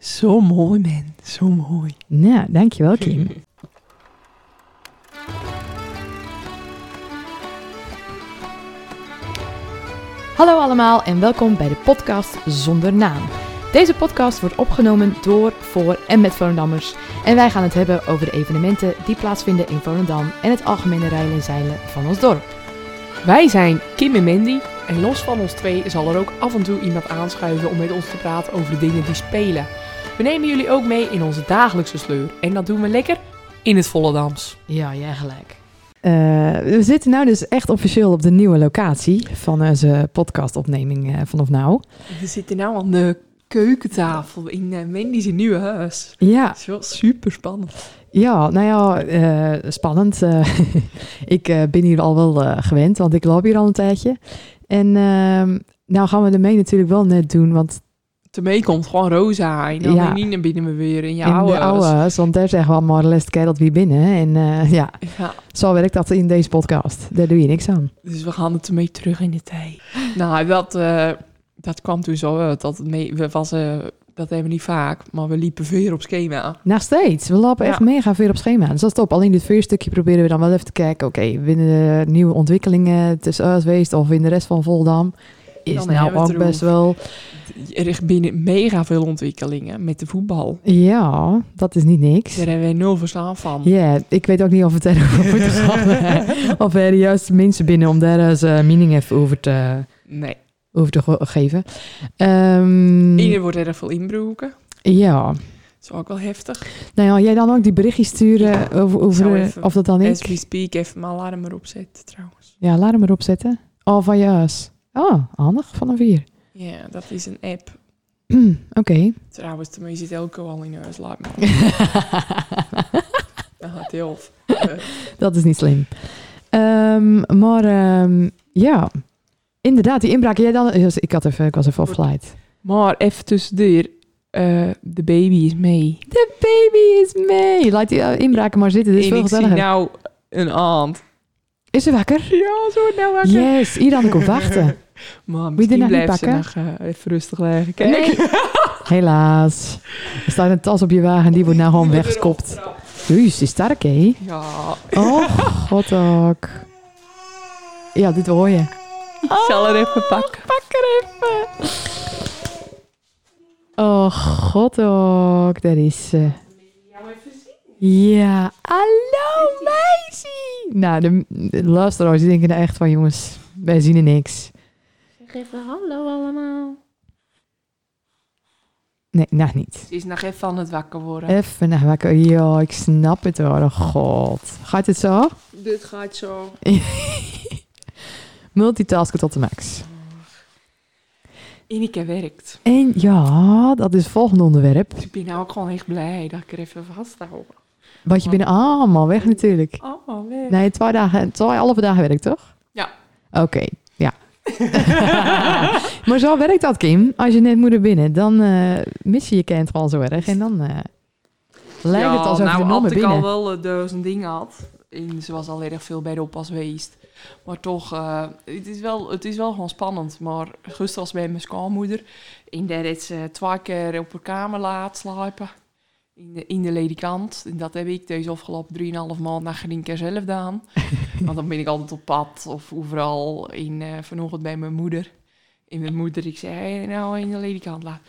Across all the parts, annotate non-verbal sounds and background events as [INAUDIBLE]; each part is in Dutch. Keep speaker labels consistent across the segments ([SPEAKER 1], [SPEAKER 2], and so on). [SPEAKER 1] Zo mooi, man. Zo mooi.
[SPEAKER 2] Ja, [LAUGHS] dankjewel Kim. Hallo allemaal en welkom bij de podcast Zonder Naam. Deze podcast wordt opgenomen door, voor en met Volendammers. En wij gaan het hebben over de evenementen die plaatsvinden in Volendam en het algemene rijden en zeilen van ons dorp.
[SPEAKER 1] Wij zijn Kim en Mandy. En los van ons twee zal er ook af en toe iemand aanschuiven om met ons te praten over de dingen die spelen. We nemen jullie ook mee in onze dagelijkse sleur. En dat doen we lekker in het Volendams.
[SPEAKER 2] Ja, jij gelijk. Eh, we zitten nu dus echt officieel op de nieuwe locatie van onze podcastopneming eh, vanaf nou.
[SPEAKER 1] We zitten nu aan de keukentafel in eh, Mandy's nieuwe huis.
[SPEAKER 2] Ja,
[SPEAKER 1] Het is wel super spannend.
[SPEAKER 2] Ja, nou ja, eh, spannend. Eh, [LAUGHS] ik eh, ben hier al wel eh, gewend, want ik loop hier al een tijdje. En ehm, nou gaan we ermee natuurlijk wel net doen, want
[SPEAKER 1] Te komt gewoon Rosa en dan
[SPEAKER 2] Ja.
[SPEAKER 1] Nina binnen we weer in je
[SPEAKER 2] in
[SPEAKER 1] oude
[SPEAKER 2] de
[SPEAKER 1] huis.
[SPEAKER 2] oude, huis, want daar zeggen we allemaal de laatste keer dat we binnen. En eh, ja,
[SPEAKER 1] Ja.
[SPEAKER 2] zo werkt dat in deze podcast. Daar doe je niks aan.
[SPEAKER 1] Dus we gaan het ermee terug in de tijd. nou, dat, eh, dat kwam toen zo. uit, Dat, het mee, we was, eh, dat hebben we niet vaak, maar we liepen weer op schema.
[SPEAKER 2] Nog steeds, we lopen echt
[SPEAKER 1] Ja.
[SPEAKER 2] mega veel op schema. Dus dat is top. Alleen dit vier stukje proberen we dan wel even te kijken. Oké, binnen de nieuwe ontwikkelingen tussen ons geweest of in de rest van Voldam. Is
[SPEAKER 1] Dan
[SPEAKER 2] nou
[SPEAKER 1] hebben we het
[SPEAKER 2] ook best wel...
[SPEAKER 1] Er is binnen mega veel ontwikkelingen met de voetbal.
[SPEAKER 2] Ja, dat is niet niks.
[SPEAKER 1] Daar hebben we nul verstaan van.
[SPEAKER 2] Ja, ik weet ook niet of het [LAUGHS] daarover te gaan. hè. of er de juiste mensen binnen om daar eens eh, mening even over te,
[SPEAKER 1] Nee.
[SPEAKER 2] over te ge- geven. Ehm,
[SPEAKER 1] Ieder wordt erg veel inbroken.
[SPEAKER 2] ja.
[SPEAKER 1] Dat is ook wel heftig.
[SPEAKER 2] Nou ja, jij dan ook die berichtjes sturen over,
[SPEAKER 1] Zo
[SPEAKER 2] over eh,
[SPEAKER 1] even.
[SPEAKER 2] of dat dan
[SPEAKER 1] As we
[SPEAKER 2] ik...
[SPEAKER 1] speak, even mijn alarm erop zetten trouwens.
[SPEAKER 2] Ja, laat hem erop zetten. Oh, van juist. Oh, handig, van een vier. [CLEARS THROAT]
[SPEAKER 1] Ja, dat is een app.
[SPEAKER 2] Oké. [LAUGHS]
[SPEAKER 1] Trouwens, maar je zit elke al in huis. Laat maar. Nou, het heel.
[SPEAKER 2] dat is niet slim. Ehm, maar ehm, ja, inderdaad, die inbraak. Jij dan... eh, dus Ik, had even, ik was even offline.
[SPEAKER 1] Maar even tussendoor. eh de baby is mee.
[SPEAKER 2] De baby is mee. Laat die eh, inbraken maar zitten. Dit is
[SPEAKER 1] en
[SPEAKER 2] veel
[SPEAKER 1] ik zie
[SPEAKER 2] gezelliger.
[SPEAKER 1] nou een aand.
[SPEAKER 2] Is ze wakker?
[SPEAKER 1] Ja, zo nou
[SPEAKER 2] Yes, hier had ik op [LAUGHS] wachten.
[SPEAKER 1] [LAUGHS] Maar
[SPEAKER 2] Moet je die
[SPEAKER 1] misschien
[SPEAKER 2] nou niet
[SPEAKER 1] blijft ze nog eh, even rustig liggen. Kijk.
[SPEAKER 2] Helaas. Er staat een tas op je wagen, die wordt nou gewoon weggekopt. Jezus, is sterk, hè?
[SPEAKER 1] [LAUGHS] Ja,
[SPEAKER 2] Oh, god ook. [LAUGHS] Ja, dit hoor je. Oh,
[SPEAKER 1] ik zal er even pakken.
[SPEAKER 2] Pak er even. Oh, god ook. Daar is ze. Ja, hallo meisje. Nou, de, de luisteraars die denken nou echt van jongens, wij zien er niks.
[SPEAKER 3] Zeg even hallo allemaal.
[SPEAKER 2] Nee, nog niet.
[SPEAKER 1] Ze is nog even aan het wakker worden.
[SPEAKER 2] Even naar wakker. Ja, ik snap het hoor. Oh, god. Gaat het zo?
[SPEAKER 3] Dit gaat zo.
[SPEAKER 2] Multitasken tot de max.
[SPEAKER 1] Ineke werkt.
[SPEAKER 2] En ja, dat is het volgende onderwerp.
[SPEAKER 1] Dus ik ben nou ook gewoon echt blij dat ik er even vasthoud.
[SPEAKER 2] Want je bent allemaal weg natuurlijk.
[SPEAKER 1] Oh, leuk.
[SPEAKER 2] Nee, twee dagen, twee halve dagen werk toch?
[SPEAKER 1] Ja.
[SPEAKER 2] Oké, ja. [LAUGHS] maar zo werkt dat, Kim. Als je net moeder binnen, dan eh, mis je je kind gewoon zo erg. En dan eh lijkt het alsof je
[SPEAKER 1] nou,
[SPEAKER 2] nog
[SPEAKER 1] had
[SPEAKER 2] maar
[SPEAKER 1] ik al
[SPEAKER 2] binnen.
[SPEAKER 1] wel eh, duizend dingen had. En ze was al erg veel bij de oppas geweest. Maar toch, eh, het, is wel, het is wel gewoon spannend. Maar gisteren was bij mijn schoonmoeder. En daar heeft ze twee keer op haar kamer laten slapen. In de, in de ledikant. En dat heb ik deze afgelopen 3,5 maand na geen keer zelf
[SPEAKER 2] [LAUGHS]
[SPEAKER 1] gedaan. Want dan ben ik altijd op pad of overal. In, eh, vanochtend bij mijn moeder. En mijn moeder, ik zei, hey, nou in de ledikant laten.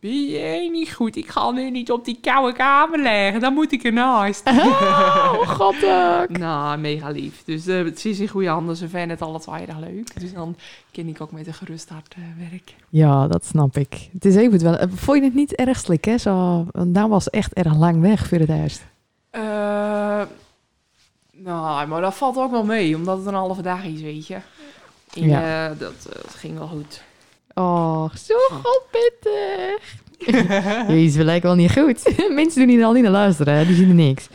[SPEAKER 1] Ben jij niet goed? Ik ga nu niet op die koude kamer leggen. Dan moet ik ernaast.
[SPEAKER 2] [LAUGHS] Oh, god. eh.
[SPEAKER 1] nou, mega lief. Dus eh ze is in goede handen. Ze vinden het alle twee erg leuk. Dus dan ken ik ook met een gerust hart eh, werk.
[SPEAKER 2] Ja, dat snap ik. Het is even wel. eh, Vond je het niet erg slik, hè? Zo, want daar was echt erg lang weg voor het eerst.
[SPEAKER 1] Eh, nou, maar dat valt ook wel mee. Omdat het een halve dag is, weet je. En,
[SPEAKER 2] Ja.
[SPEAKER 1] eh, dat, eh, dat ging wel goed.
[SPEAKER 2] Och, Oh, zo godpittig. Jezus, we lijken wel niet goed. [LAUGHS] Mensen doen hier al niet naar luisteren, hè? die zien er niks.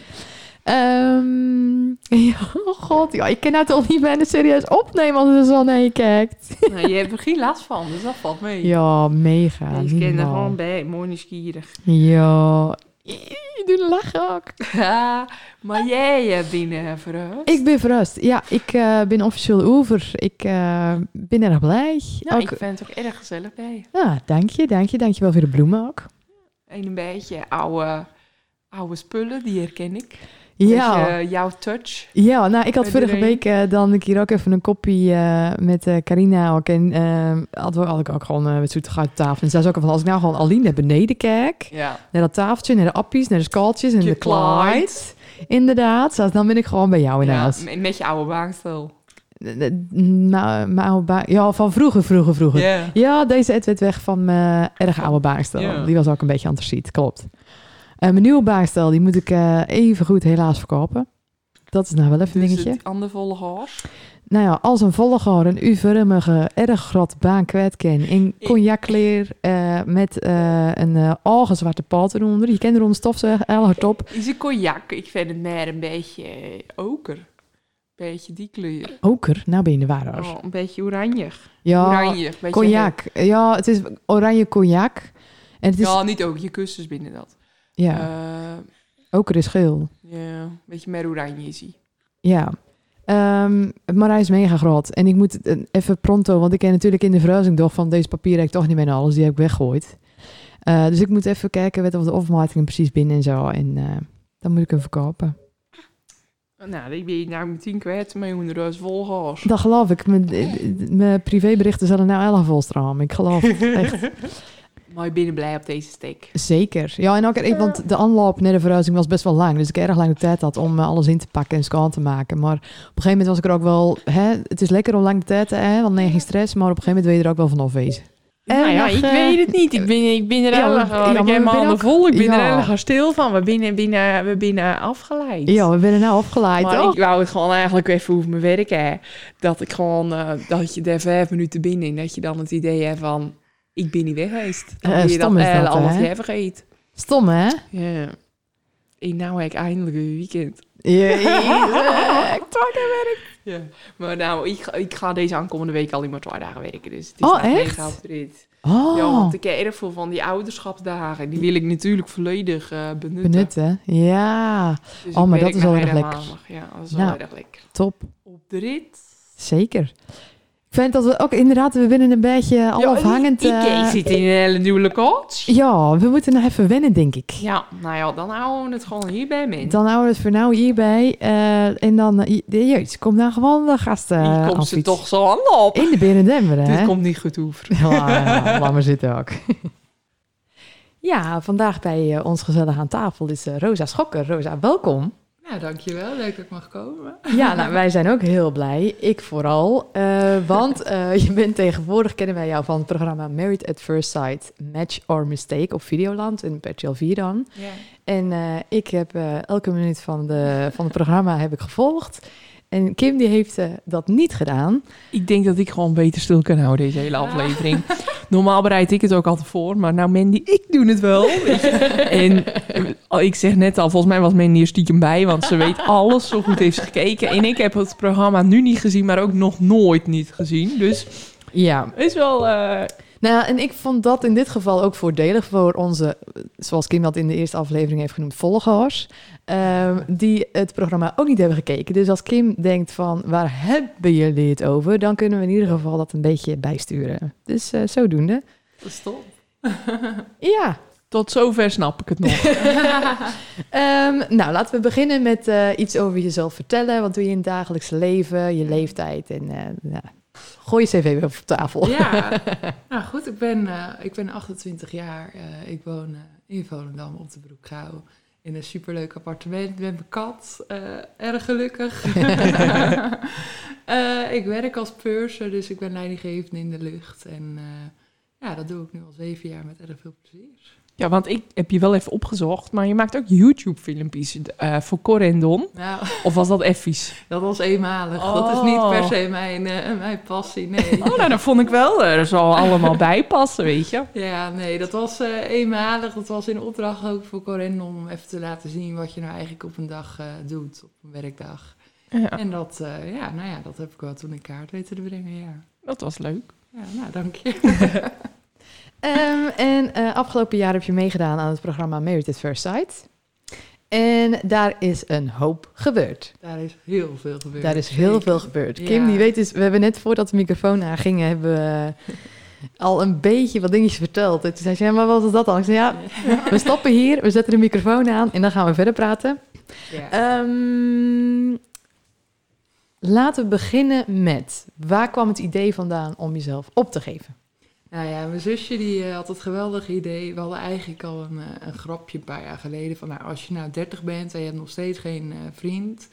[SPEAKER 2] Ehm, [LAUGHS] ja, oh god, ja, ik kan nou toch niet bijna serieus opnemen als er zo naar je kijkt.
[SPEAKER 1] nou, je hebt er geen last van, dus dat valt mee.
[SPEAKER 2] Ja, mega.
[SPEAKER 1] Deze
[SPEAKER 2] niet
[SPEAKER 1] kinderen
[SPEAKER 2] normaal.
[SPEAKER 1] gewoon bij. Mooi nieuwsgierig. [LAUGHS]
[SPEAKER 2] Ja. Je doet een lach ook.
[SPEAKER 1] Ja, maar jij eh, binnen verhuisd.
[SPEAKER 2] Ik ben verrast. Ja, ik eh, ben officieel over. Ik eh, ben erg blij.
[SPEAKER 1] Nou,
[SPEAKER 2] Ook-
[SPEAKER 1] ik vind het ook erg gezellig bij je.
[SPEAKER 2] Ja, dank je, dank je. Dank je wel voor de bloemen ook.
[SPEAKER 4] En een beetje oude, oude spullen, die herken ik.
[SPEAKER 2] Ja.
[SPEAKER 4] Beetje, eh, jouw touch.
[SPEAKER 2] Ja, nou, ik had
[SPEAKER 4] Bij
[SPEAKER 2] vorige
[SPEAKER 4] iedereen.
[SPEAKER 2] week eh, dan ik hier ook even een koppie eh, met eh, Carina ook. En eh, had, we- had ik ook gewoon eh, met zoete op tafel. En zij zei ook van, als ik nou gewoon alleen naar beneden kijk,
[SPEAKER 4] Ja.
[SPEAKER 2] naar dat tafeltje, naar de appies, naar de skaaltjes en
[SPEAKER 4] Je
[SPEAKER 2] de Clyde. Inderdaad, zei ze, dan ben ik gewoon bij jou in
[SPEAKER 4] ja
[SPEAKER 2] huis.
[SPEAKER 4] met met je oude baanstel.
[SPEAKER 2] Eh, eh, nou, mijn oude ba- ja, van vroeger, vroeger, vroeger.
[SPEAKER 4] Ja.
[SPEAKER 2] Ja, deze Ed werd weg van mijn erg oude baanstel.
[SPEAKER 4] Ja.
[SPEAKER 2] Die was ook een beetje antraciet, klopt. Eh, mijn nieuwe baanstel, die moet ik eh even goed helaas verkopen. Dat is nou wel even een
[SPEAKER 4] Dus
[SPEAKER 2] dingetje.
[SPEAKER 4] het andervolle haar.
[SPEAKER 2] Nou ja, als een volger een U-vormige, erg grot baan kwijt kan. In cognacleer eh, met eh, een eh algenzwarte paal eronder. Je kent eronder stofzuigen, heel hard op.
[SPEAKER 4] Is een cognac. Ik vind het meer een beetje eh, oker. Beetje die kleur.
[SPEAKER 2] Oker, nou ben je in de waar. hoor.
[SPEAKER 4] Oh, een beetje oranjig.
[SPEAKER 2] ja,
[SPEAKER 4] oranje. Beetje
[SPEAKER 2] cognac. Ja, het is oranje cognac. En het is, ja,
[SPEAKER 4] Ja, niet ook. Je kussens binnen dat. Eh,
[SPEAKER 2] oker is geel.
[SPEAKER 4] ja, een beetje meer oranje is hij.
[SPEAKER 2] Ja. Ehm, maar hij is mega groot. En ik moet het, eh, even pronto, want ik heb natuurlijk in de verhuizing toch van deze papieren heb ik toch niet meer naar alles. Die heb ik weggegooid. Eh, dus ik moet even kijken wat of de overmatingen precies binnen en zo. En eh, dan moet ik hem verkopen.
[SPEAKER 4] Nou, ik ben nou meteen kwijt met een roze volgers.
[SPEAKER 2] Dat geloof ik. Mijn, eh, mijn privéberichten zullen nou elf volstromen. Ik geloof het echt.
[SPEAKER 4] Maar ik ben blij op deze steek.
[SPEAKER 2] Zeker. Ja, en ook, er- want de aanloop naar de verhuizing was best wel lang. Dus ik erg lang de tijd had om eh, alles in te pakken en schoon te maken. Maar op een gegeven moment was ik er ook wel... Hè, het is lekker om lang de tijd te hebben, want nee, geen stress. Maar op een gegeven moment wil je er ook wel van afwezen.
[SPEAKER 4] Nou ja, ik weet het niet. Ik ben, ik ben er
[SPEAKER 2] eh, ja,
[SPEAKER 4] helemaal
[SPEAKER 2] want- ja, maar eh,
[SPEAKER 4] gewoon. Ik
[SPEAKER 2] we
[SPEAKER 4] heb mijn
[SPEAKER 2] zijn
[SPEAKER 4] handen
[SPEAKER 2] ook-
[SPEAKER 4] vol. Ik ben
[SPEAKER 2] ja.
[SPEAKER 4] er helemaal stil van. We binnen, binnen, we binnen afgeleid.
[SPEAKER 2] Ja, we zijn er nou afgeleid,
[SPEAKER 4] maar
[SPEAKER 2] toch?
[SPEAKER 4] ik wou het gewoon eigenlijk even over mijn werk hè. Dat ik gewoon, eh, dat je daar vijf minuten binnen en dat je dan het idee hebt van, ik ben niet weg geweest. Dan
[SPEAKER 2] Eh,
[SPEAKER 4] ben je
[SPEAKER 2] stom is
[SPEAKER 4] eh,
[SPEAKER 2] dat,
[SPEAKER 4] al wat
[SPEAKER 2] hè?
[SPEAKER 4] jij vergeet.
[SPEAKER 2] Stom, hè?
[SPEAKER 4] Ja. En nou heb ik eindelijk een weekend.
[SPEAKER 2] [LAUGHS]
[SPEAKER 4] Ja. Maar nou, ik, ga- ik ga deze aankomende week alleen maar twee dagen werken. Dus het is
[SPEAKER 2] Oh,
[SPEAKER 4] nou
[SPEAKER 2] echt?
[SPEAKER 4] mega op de rit. Ja,
[SPEAKER 2] Oh,
[SPEAKER 4] want ik heb erg veel van die ouderschapsdagen. Die wil ik natuurlijk volledig eh, benutten.
[SPEAKER 2] benutten. Ja,
[SPEAKER 4] Dus
[SPEAKER 2] Oh,
[SPEAKER 4] ik
[SPEAKER 2] maar
[SPEAKER 4] werk
[SPEAKER 2] dat is wel
[SPEAKER 4] naar
[SPEAKER 2] erg
[SPEAKER 4] helemaal
[SPEAKER 2] lekker.
[SPEAKER 4] maandag. Ja, dat is
[SPEAKER 2] Nou.
[SPEAKER 4] wel erg lekker.
[SPEAKER 2] top.
[SPEAKER 4] Op de rit.
[SPEAKER 2] Zeker. Ik vind dat we ook inderdaad, we binnen een beetje al
[SPEAKER 4] Ja,
[SPEAKER 2] afhangend...
[SPEAKER 4] Ik, ik
[SPEAKER 2] eh,
[SPEAKER 4] zit in een hele nieuwe coach.
[SPEAKER 2] ja, we moeten nog even wennen, denk ik.
[SPEAKER 4] Ja, nou ja, dan houden we het gewoon hierbij, mensen.
[SPEAKER 2] Dan houden we het voor nou hierbij. eh, en dan, eh, je- jezus, kom nou gewoon de gasten
[SPEAKER 4] Hier komt ze
[SPEAKER 2] affietsen.
[SPEAKER 4] toch zo aan op.
[SPEAKER 2] In de Berendemmeren,
[SPEAKER 4] Dit
[SPEAKER 2] hè?
[SPEAKER 4] komt niet goed over.
[SPEAKER 2] [LAUGHS] Ja, laat maar zitten
[SPEAKER 4] [LAUGHS]
[SPEAKER 2] ook. ja, vandaag bij eh, ons gezellig aan tafel is eh, Rosa Schokker. Rosa, welkom.
[SPEAKER 4] Nou, dankjewel. Leuk dat ik mag komen.
[SPEAKER 2] Ja, nou, wij zijn ook heel blij. Ik vooral. eh, want eh, [LAUGHS] je bent tegenwoordig, kennen wij jou van het programma Married at First Sight, Match or Mistake op Videoland en per TV dan.
[SPEAKER 4] Ja.
[SPEAKER 2] En eh, ik heb eh, elke minuut van, de, van het programma heb ik gevolgd. En Kim die heeft eh, dat niet gedaan.
[SPEAKER 4] Ik denk dat ik gewoon beter stil kan houden Nou, deze hele aflevering. Normaal bereid ik het ook altijd voor, maar nou Mandy, ik doe het wel. en eh, ik zeg net al, volgens mij was Mandy er stiekem bij, want ze weet alles, zo goed heeft ze gekeken. En ik heb het programma nu niet gezien, maar ook nog nooit niet gezien. Dus
[SPEAKER 2] Ja,
[SPEAKER 4] is wel... eh,
[SPEAKER 2] Nou, ja, en ik vond dat in dit geval ook voordelig voor onze, zoals Kim dat in de eerste aflevering heeft genoemd, volgers. ehm, die het programma ook niet hebben gekeken. Dus als Kim denkt van, waar hebben jullie het over? Dan kunnen we in ieder geval dat een beetje bijsturen. Dus eh, zodoende. [LAUGHS] Ja.
[SPEAKER 4] Tot zover snap ik het nog.
[SPEAKER 2] Ehm, nou, laten we beginnen met eh, iets over jezelf vertellen. Wat doe je in het dagelijks leven, je leeftijd en... eh, nou, Gooi je cv weer op tafel.
[SPEAKER 5] Ja, nou goed, ik ben, eh, ik ben 28 jaar. eh, ik woon eh, in Volendam op de Broekgouw. In een superleuk appartement met mijn kat. eh, erg gelukkig. [LAUGHS] Eh, ik werk als purser, dus ik ben leidinggevende in de lucht. En eh, ja, dat doe ik nu al zeven jaar met erg veel plezier.
[SPEAKER 4] ja, want ik heb je wel even opgezocht, maar je maakt ook YouTube-filmpjes eh, voor Cor en Don.
[SPEAKER 5] Nou,
[SPEAKER 4] Of was dat effies?
[SPEAKER 5] dat was eenmalig. Dat is niet per se mijn, eh, mijn passie, nee.
[SPEAKER 4] Oh, nou, dat vond ik wel. Er zal allemaal bij passen, weet je.
[SPEAKER 5] Ja, nee, dat was eh, eenmalig. Dat was in opdracht ook voor Corinne om even te laten zien wat je nou eigenlijk op een dag eh, doet, op een werkdag.
[SPEAKER 4] Ja,
[SPEAKER 5] En dat, eh, ja, nou ja, dat heb ik wel toen in kaart weten te brengen, ja.
[SPEAKER 4] dat was leuk.
[SPEAKER 5] Ja, nou, dank je.
[SPEAKER 2] Ehm, en eh, afgelopen jaar heb je meegedaan aan het programma Married at First Sight. En daar is een hoop gebeurd.
[SPEAKER 5] Daar is heel veel gebeurd.
[SPEAKER 2] Daar is heel veel gebeurd. Kim, dus,
[SPEAKER 5] Ja.
[SPEAKER 2] die weet is, we hebben net voordat de microfoon aanging, hebben we al een beetje wat dingetjes verteld. En toen zei ze, ja, maar wat is dat dan? Ik zei, ja, we stappen hier, we zetten de microfoon aan en dan gaan we verder praten.
[SPEAKER 5] Ja.
[SPEAKER 2] Ehm, laten we beginnen met, waar kwam het idee vandaan om jezelf op te geven?
[SPEAKER 5] Nou ja, mijn zusje die eh, had het geweldige idee. We hadden eigenlijk al een, eh, een grapje een paar jaar geleden. Van nou, als je nou 30 bent en je hebt nog steeds geen eh, vriend,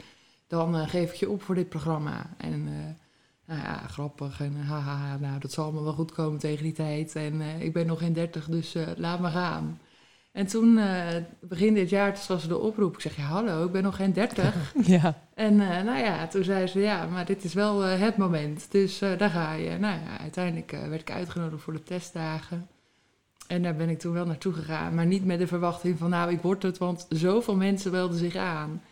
[SPEAKER 5] dan eh, geef ik je op voor dit programma. En eh, nou ja, grappig en eh, haha, nou dat zal allemaal wel goed komen tegen die tijd. En eh, ik ben nog geen 30, dus eh, laat maar gaan. En toen, eh, begin dit jaar, toen was er de oproep. Ik zeg, ja hallo, ik ben nog geen 30.
[SPEAKER 4] Ja.
[SPEAKER 5] En eh, nou ja, toen zei ze, ja, maar dit is wel eh, het moment. Dus eh, daar ga je. Nou ja, uiteindelijk eh, werd ik uitgenodigd voor de testdagen. En daar ben ik toen wel naartoe gegaan. Maar niet met de verwachting van, nou, ik word het, want zoveel mensen welden zich aan.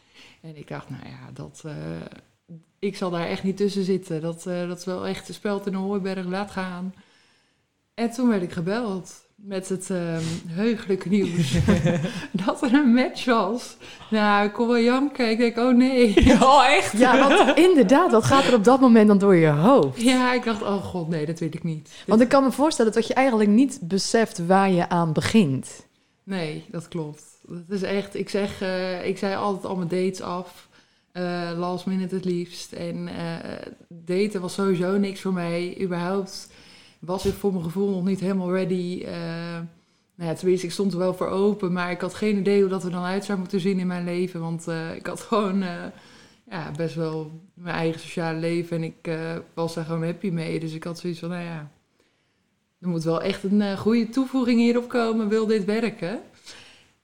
[SPEAKER 5] En ik dacht, nou ja, dat, eh, ik zal daar echt niet tussen zitten. Dat, eh, dat is wel echt een speld in de hooiberg, laat gaan. En toen werd ik gebeld met het ehm heugelijke nieuws [LAUGHS] dat er een match was. Nou, ik kon wel janken. Ik denk, oh nee.
[SPEAKER 4] Oh, echt?
[SPEAKER 2] Ja, want inderdaad, wat gaat er op dat moment dan door je hoofd?
[SPEAKER 5] [LAUGHS] Ja, ik dacht, oh god, nee, dat weet ik niet.
[SPEAKER 2] Want ik kan me voorstellen dat je eigenlijk niet beseft waar je aan begint.
[SPEAKER 5] Nee, dat klopt. Dat is echt, ik zeg, eh, ik zei altijd al mijn dates af. eh, last minute het liefst. En eh, daten was sowieso niks voor mij. Überhaupt was ik voor mijn gevoel nog niet helemaal ready. Eh, nou ja, tenminste, ik stond er wel voor open. Maar ik had geen idee hoe dat er dan uit zou moeten zien in mijn leven. Want eh, ik had [LAUGHS] gewoon eh, ja, best wel mijn eigen sociale leven. En ik eh, was daar gewoon happy mee. Dus ik had zoiets van, nou ja... Er moet wel echt een eh, goede toevoeging hierop komen, wil dit werken?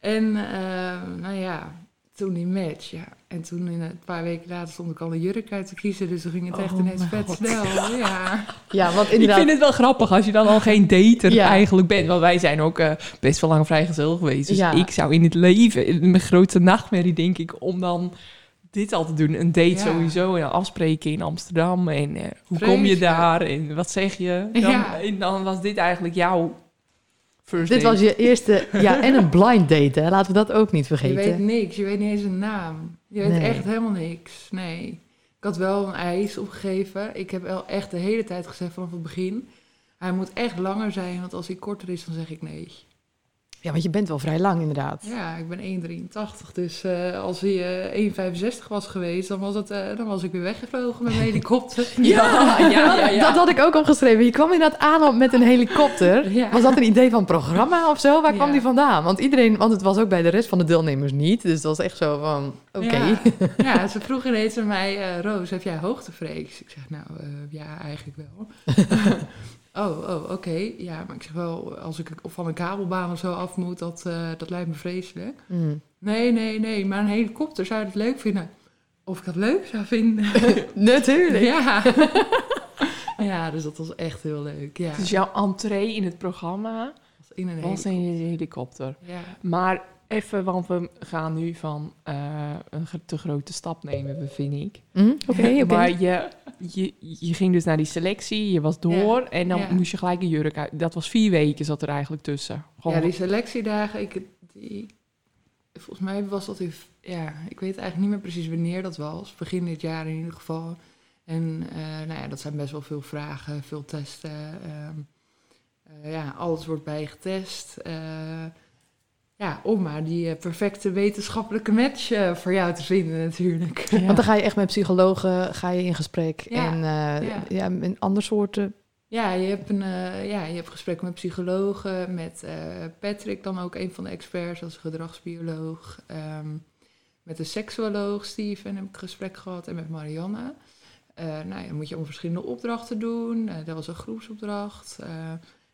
[SPEAKER 5] En eh, nou ja, toen die match, ja. En toen in een paar weken later stond ik al een jurk uit te kiezen, dus toen ging het echt
[SPEAKER 2] Oh
[SPEAKER 5] ineens
[SPEAKER 2] mijn
[SPEAKER 5] vet
[SPEAKER 2] God.
[SPEAKER 5] snel. Ja.
[SPEAKER 2] Ja, want
[SPEAKER 4] Ik vind het wel grappig als je dan al geen dater
[SPEAKER 2] Ja.
[SPEAKER 4] eigenlijk bent. Want wij zijn ook eh, best wel lang vrijgezel geweest. Dus
[SPEAKER 2] Ja.
[SPEAKER 4] ik zou in het leven, in mijn grote nachtmerrie denk ik, om dan dit al te doen. Een date
[SPEAKER 5] Ja.
[SPEAKER 4] sowieso, en afspreken in Amsterdam. En eh, hoe kom je
[SPEAKER 5] Vreselijk.
[SPEAKER 4] daar en wat zeg je? Dan,
[SPEAKER 5] Ja.
[SPEAKER 4] En dan was dit eigenlijk jouw first
[SPEAKER 2] Dit
[SPEAKER 4] date.
[SPEAKER 2] was je eerste, ja, en een blind date, hè. Laten we dat ook niet
[SPEAKER 5] Je weet
[SPEAKER 2] vergeten.
[SPEAKER 5] niks, je weet niet eens een naam. Je weet
[SPEAKER 2] Nee.
[SPEAKER 5] echt helemaal niks, nee. Ik had wel een eis opgegeven. Ik heb wel echt de hele tijd gezegd vanaf het begin... Hij moet echt langer zijn, want als hij korter is, dan zeg ik nee.
[SPEAKER 2] Ja, want je bent wel vrij lang, inderdaad.
[SPEAKER 5] Ja, ik ben 1,83. Dus eh, als hij eh 1,65 was geweest, dan was, het, eh, dan was ik weer weggevlogen met
[SPEAKER 2] [LAUGHS]
[SPEAKER 5] mijn helikopter.
[SPEAKER 4] Ja, ja, ja. ja,
[SPEAKER 2] Dat had ik ook opgeschreven. Je kwam inderdaad aan op- met een helikopter.
[SPEAKER 5] Ja.
[SPEAKER 2] Was dat een idee van programma of zo? Waar kwam
[SPEAKER 5] Ja.
[SPEAKER 2] die vandaan? Want iedereen, want het was ook bij de rest van de deelnemers niet. Dus dat was echt zo van, oké.
[SPEAKER 5] Ja. Ja, ze vroeg ineens aan mij, eh, Roos, heb jij hoogtevrees? Ik zeg, nou, eh, ja, eigenlijk wel. oh, oh oké. Ja, maar ik zeg wel, als ik of van een kabelbaan of zo af moet, dat, eh, dat lijkt me vreselijk.
[SPEAKER 2] [LAUGHS] Mm.
[SPEAKER 5] Nee, nee, nee, maar een helikopter, zou je dat leuk vinden? Of ik dat leuk zou vinden?
[SPEAKER 2] Natuurlijk.
[SPEAKER 5] ja. [LAUGHS] ja, dus dat was echt heel leuk. Ja,
[SPEAKER 4] Dus jouw entree in het programma
[SPEAKER 5] in een
[SPEAKER 4] was
[SPEAKER 5] helikopter.
[SPEAKER 4] een helikopter.
[SPEAKER 5] Ja.
[SPEAKER 4] Maar even, want we gaan nu van eh, een ge- te grote stap nemen, vind ik.
[SPEAKER 2] Mm, Oké, [LAUGHS] oké.
[SPEAKER 4] Maar je, je, je ging dus naar die selectie, je was door en dan
[SPEAKER 5] ja.
[SPEAKER 4] moest je gelijk een jurk uit. Dat was vier weken zat er eigenlijk tussen. Gewoon-
[SPEAKER 5] Ja,
[SPEAKER 4] [LAUGHS]
[SPEAKER 5] die selectiedagen, ik, die, volgens mij was dat in, ja, ik weet eigenlijk niet meer precies wanneer dat was. Begin dit jaar in ieder geval. En eh, nou ja, dat zijn best wel veel vragen, veel testen. ehm, eh, ja, alles wordt bij je getest. eh, ja, om maar die eh, perfecte wetenschappelijke match eh, voor jou te vinden natuurlijk.
[SPEAKER 4] Ja.
[SPEAKER 2] Want dan ga je echt met psychologen ga je in gesprek.
[SPEAKER 5] Ja,
[SPEAKER 2] En eh,
[SPEAKER 5] ja.
[SPEAKER 2] ja. met ander soorten.
[SPEAKER 5] Ja, je hebt, een, eh, ja, je hebt gesprekken met psychologen, met eh, Patrick dan ook een van de experts als gedragsbioloog. ehm, met een seksuoloog, Steven, heb ik gesprek gehad en met Marianne. Eh, nou ja, dan moet je om verschillende opdrachten doen. Eh, dat was een groepsopdracht. Eh,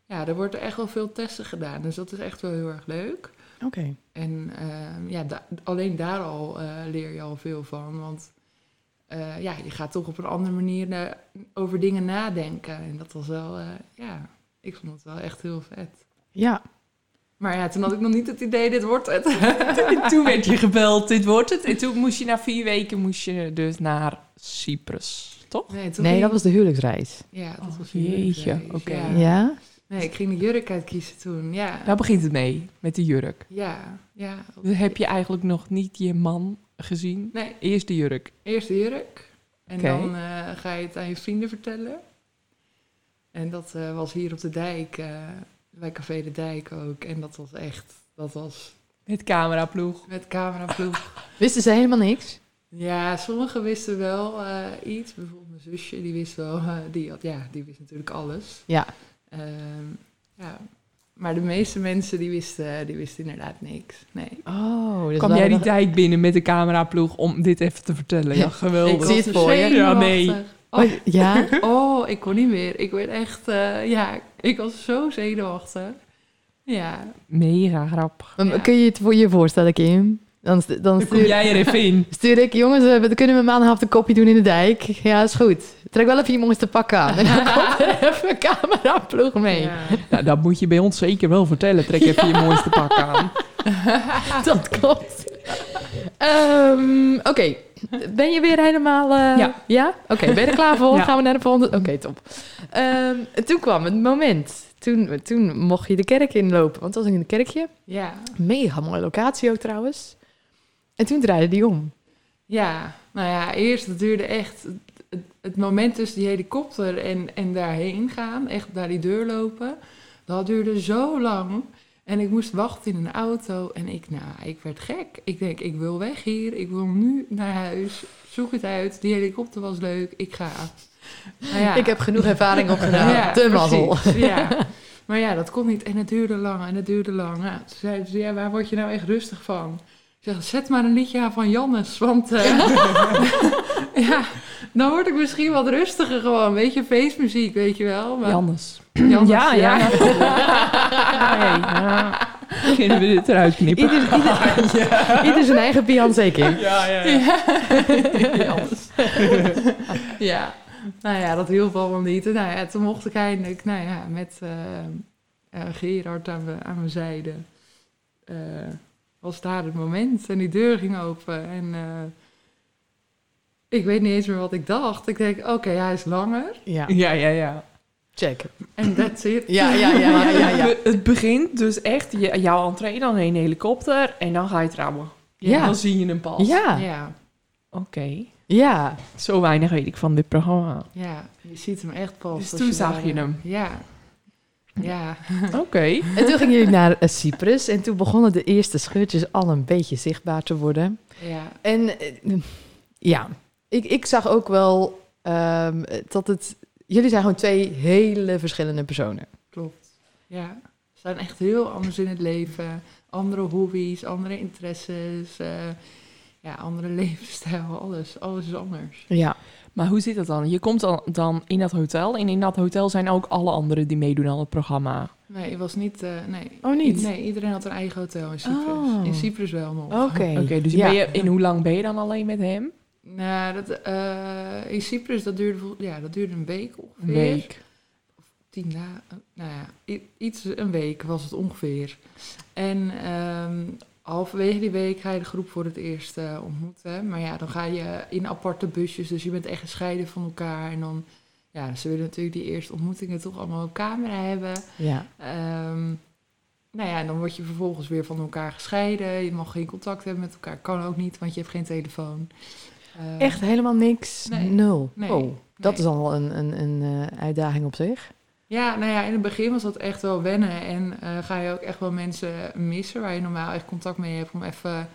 [SPEAKER 5] ja, er wordt echt wel veel testen gedaan, dus dat is echt wel heel erg leuk.
[SPEAKER 2] Oké.
[SPEAKER 5] En ehm, ja, da- alleen daar al eh, leer je al veel van. Want eh, ja, je gaat toch op een andere manier eh, over dingen nadenken. En dat was wel, eh, ja, ik vond het wel echt heel vet.
[SPEAKER 2] Ja.
[SPEAKER 5] Maar ja, toen had ik nog niet het idee, dit wordt het. [LAUGHS]
[SPEAKER 4] toen werd je gebeld, dit wordt het. En toen moest je na vier weken moest je dus naar Cyprus, toch?
[SPEAKER 5] Nee, toen
[SPEAKER 2] Nee,
[SPEAKER 5] ging-
[SPEAKER 2] dat was de huwelijksreis.
[SPEAKER 5] Ja, dat
[SPEAKER 4] Oh,
[SPEAKER 5] was een jurk
[SPEAKER 4] jeetje,
[SPEAKER 5] reis,
[SPEAKER 4] oké.
[SPEAKER 5] ja.
[SPEAKER 2] Ja.
[SPEAKER 5] Nee, ik ging de jurk uitkiezen toen, ja.
[SPEAKER 4] Daar begint het mee, met de jurk.
[SPEAKER 5] Ja, ja.
[SPEAKER 4] Dus heb je eigenlijk nog niet je man gezien?
[SPEAKER 5] Nee,
[SPEAKER 4] Eerst de jurk.
[SPEAKER 5] eerst de jurk. En
[SPEAKER 4] Oké.
[SPEAKER 5] dan eh, ga je het aan je vrienden vertellen. En dat eh, was hier op de dijk, eh, bij Café de Dijk ook. En dat was echt, dat was
[SPEAKER 4] Met cameraploeg.
[SPEAKER 5] met cameraploeg. [LAUGHS]
[SPEAKER 2] Wisten zij helemaal niks?
[SPEAKER 5] Ja, sommigen wisten wel eh, iets. Bijvoorbeeld mijn zusje, die wist wel, eh, die, had, ja, die wist natuurlijk alles.
[SPEAKER 2] Ja.
[SPEAKER 5] Ehm, ja. Maar de meeste mensen, die wisten, die wisten inderdaad niks. Nee.
[SPEAKER 2] Oh, dus
[SPEAKER 4] Kwam
[SPEAKER 2] waren
[SPEAKER 4] jij die
[SPEAKER 2] nog-
[SPEAKER 4] dijk binnen met de cameraploeg om dit even te vertellen? Ja,
[SPEAKER 5] [LAUGHS] Ik
[SPEAKER 4] geweldig.
[SPEAKER 2] zie
[SPEAKER 5] was
[SPEAKER 2] het
[SPEAKER 5] zo
[SPEAKER 2] voor je.
[SPEAKER 4] Ja, nee.
[SPEAKER 5] zenuwachtig.
[SPEAKER 2] Oh, ja?
[SPEAKER 5] Oh, ik kon niet meer. Ik werd echt, eh, ja, ik was zo zenuwachtig. Ja,
[SPEAKER 4] Mega grappig.
[SPEAKER 2] [LAUGHS] Maar Kun je het voor je voorstellen, Kim? Dan, stu- dan
[SPEAKER 4] Dan kom
[SPEAKER 2] stuur,
[SPEAKER 4] jij er even in.
[SPEAKER 2] stuur ik, jongens, eh, we kunnen we maandagavond een kopje doen in de dijk. Ja, is goed. Trek wel even je jongens te pakken aan. En
[SPEAKER 4] [LAUGHS]
[SPEAKER 2] dan komt er even een cameraploeg mee.
[SPEAKER 5] ja.
[SPEAKER 4] Nou, dat moet je bij ons zeker wel vertellen. Trek even je mooiste pak [LAUGHS] aan.
[SPEAKER 2] [LAUGHS] Dat klopt. Ehm, Oké, ben je weer helemaal... eh,
[SPEAKER 4] Ja.
[SPEAKER 2] Oké, ben je er klaar voor?
[SPEAKER 4] Ja.
[SPEAKER 2] Gaan we naar de volgende? Oké, top. Ehm, toen kwam het moment. Toen, toen mocht je de kerk inlopen, want het was in een kerkje.
[SPEAKER 5] [LAUGHS] ja.
[SPEAKER 2] Mega mooie locatie ook trouwens. En toen draaide die om.
[SPEAKER 5] Ja, nou ja, eerst het duurde echt het, het- het moment tussen die helikopter en, en daarheen gaan, echt naar die deur lopen, dat duurde zo lang. En ik moest wachten in een auto en ik, nou, ik werd gek. Ik denk, ik wil weg hier, ik wil nu naar huis, zoek het uit. Die helikopter was leuk, ik ga. Nou ja.
[SPEAKER 2] Ik heb genoeg ervaring opgedaan.
[SPEAKER 5] Ja,
[SPEAKER 2] Te mazzel.
[SPEAKER 5] precies, Ja. Maar ja, dat kon niet. En het duurde lang en het duurde lang. Nou, toen zeiden ze, ja, waar word je nou echt rustig van? Ik zeg, zet maar een liedje aan van Jannes, want eh, [LAUGHS] ja, dan word ik misschien wat rustiger gewoon. Weet je, feestmuziek, weet je wel. Maar
[SPEAKER 4] Jannes.
[SPEAKER 5] Jannes,
[SPEAKER 4] Ja, ja. Nee, ja. Kunnen we dit eruit knippen?
[SPEAKER 2] [LAUGHS] Ieder, ieder, ieder zijn eigen Beyoncé, Kim.
[SPEAKER 4] Ja, ja,
[SPEAKER 5] Jannes. ja, nou ja, dat hielp allemaal niet. En Nou ja, toen mocht ik eindelijk, nou ja, met eh, eh, Gerard aan, mijn- aan mijn zijde, eh, was daar het moment. En die deur ging open en eh, ik weet niet eens meer wat ik dacht. Ik denk, oké, hij is langer
[SPEAKER 2] Ja,
[SPEAKER 4] Ja, ja, ja.
[SPEAKER 2] check.
[SPEAKER 5] en that's it.
[SPEAKER 2] Ja, ja, ja, ja, ja. ja.
[SPEAKER 4] [LAUGHS] Het be- Het begint dus echt, je- jouw entree dan in een helikopter en dan ga je trouwen.
[SPEAKER 2] Ja.
[SPEAKER 4] Dan zie je hem pas.
[SPEAKER 2] Ja,
[SPEAKER 5] Ja,
[SPEAKER 4] Oké.
[SPEAKER 2] ja.
[SPEAKER 4] Zo weinig weet ik van dit programma.
[SPEAKER 5] ja, je ziet hem echt pas.
[SPEAKER 4] Dus
[SPEAKER 5] als
[SPEAKER 4] toen zag je
[SPEAKER 5] daar-
[SPEAKER 4] hem.
[SPEAKER 5] Ja, ja.
[SPEAKER 4] Oké.
[SPEAKER 2] En toen gingen jullie naar eh, Cyprus en toen begonnen de eerste scheurtjes al een beetje zichtbaar te worden.
[SPEAKER 5] ja.
[SPEAKER 2] En eh, ja, ik, ik zag ook wel ehm, dat het... Jullie zijn gewoon twee hele verschillende personen.
[SPEAKER 5] Klopt. Ja. Ze zijn echt heel anders in het leven. Andere hobby's, andere interesses. eh, ja, andere [LAUGHS] levensstijl. Alles. Alles is anders.
[SPEAKER 2] Ja.
[SPEAKER 4] [LAUGHS] Maar hoe zit dat dan? Je komt dan, dan in dat hotel en in dat hotel zijn ook alle anderen die meedoen aan het programma.
[SPEAKER 5] Nee, het was niet... eh, nee.
[SPEAKER 2] Oh, niet?
[SPEAKER 5] Nee, iedereen had een eigen hotel in Cyprus.
[SPEAKER 2] Oh.
[SPEAKER 5] In Cyprus wel nog.
[SPEAKER 2] Oké.
[SPEAKER 4] Oké, dus
[SPEAKER 2] ja.
[SPEAKER 4] ben je, in hoe lang ben je dan alleen met hem?
[SPEAKER 5] Nou, dat, eh, in Cyprus, dat duurde, vol- ja, dat duurde een week
[SPEAKER 4] Een
[SPEAKER 5] ongeveer.
[SPEAKER 4] week.
[SPEAKER 5] tien dagen, nou ja, i- iets, een week was het ongeveer. En ehm, halverwege die week ga je de groep voor het eerst eh, ontmoeten. Maar ja, dan ga je in aparte busjes, dus je bent echt gescheiden van elkaar. En dan, ja, ze willen natuurlijk die eerste ontmoetingen toch allemaal op camera hebben.
[SPEAKER 2] Ja.
[SPEAKER 5] Ehm, nou ja, en dan word je vervolgens weer van elkaar gescheiden. Je mag geen contact hebben met elkaar, kan ook niet, want je hebt geen telefoon. Ehm,
[SPEAKER 4] Oh.
[SPEAKER 2] Echt helemaal niks?
[SPEAKER 5] Nee.
[SPEAKER 2] Nul?
[SPEAKER 5] Nee.
[SPEAKER 2] Oh, dat
[SPEAKER 5] Nee.
[SPEAKER 2] is al een, een, een eh, uitdaging op zich.
[SPEAKER 5] Ja, nou ja, in het begin was dat echt wel wennen. En eh, ga je ook echt wel mensen missen waar je normaal echt contact mee hebt om even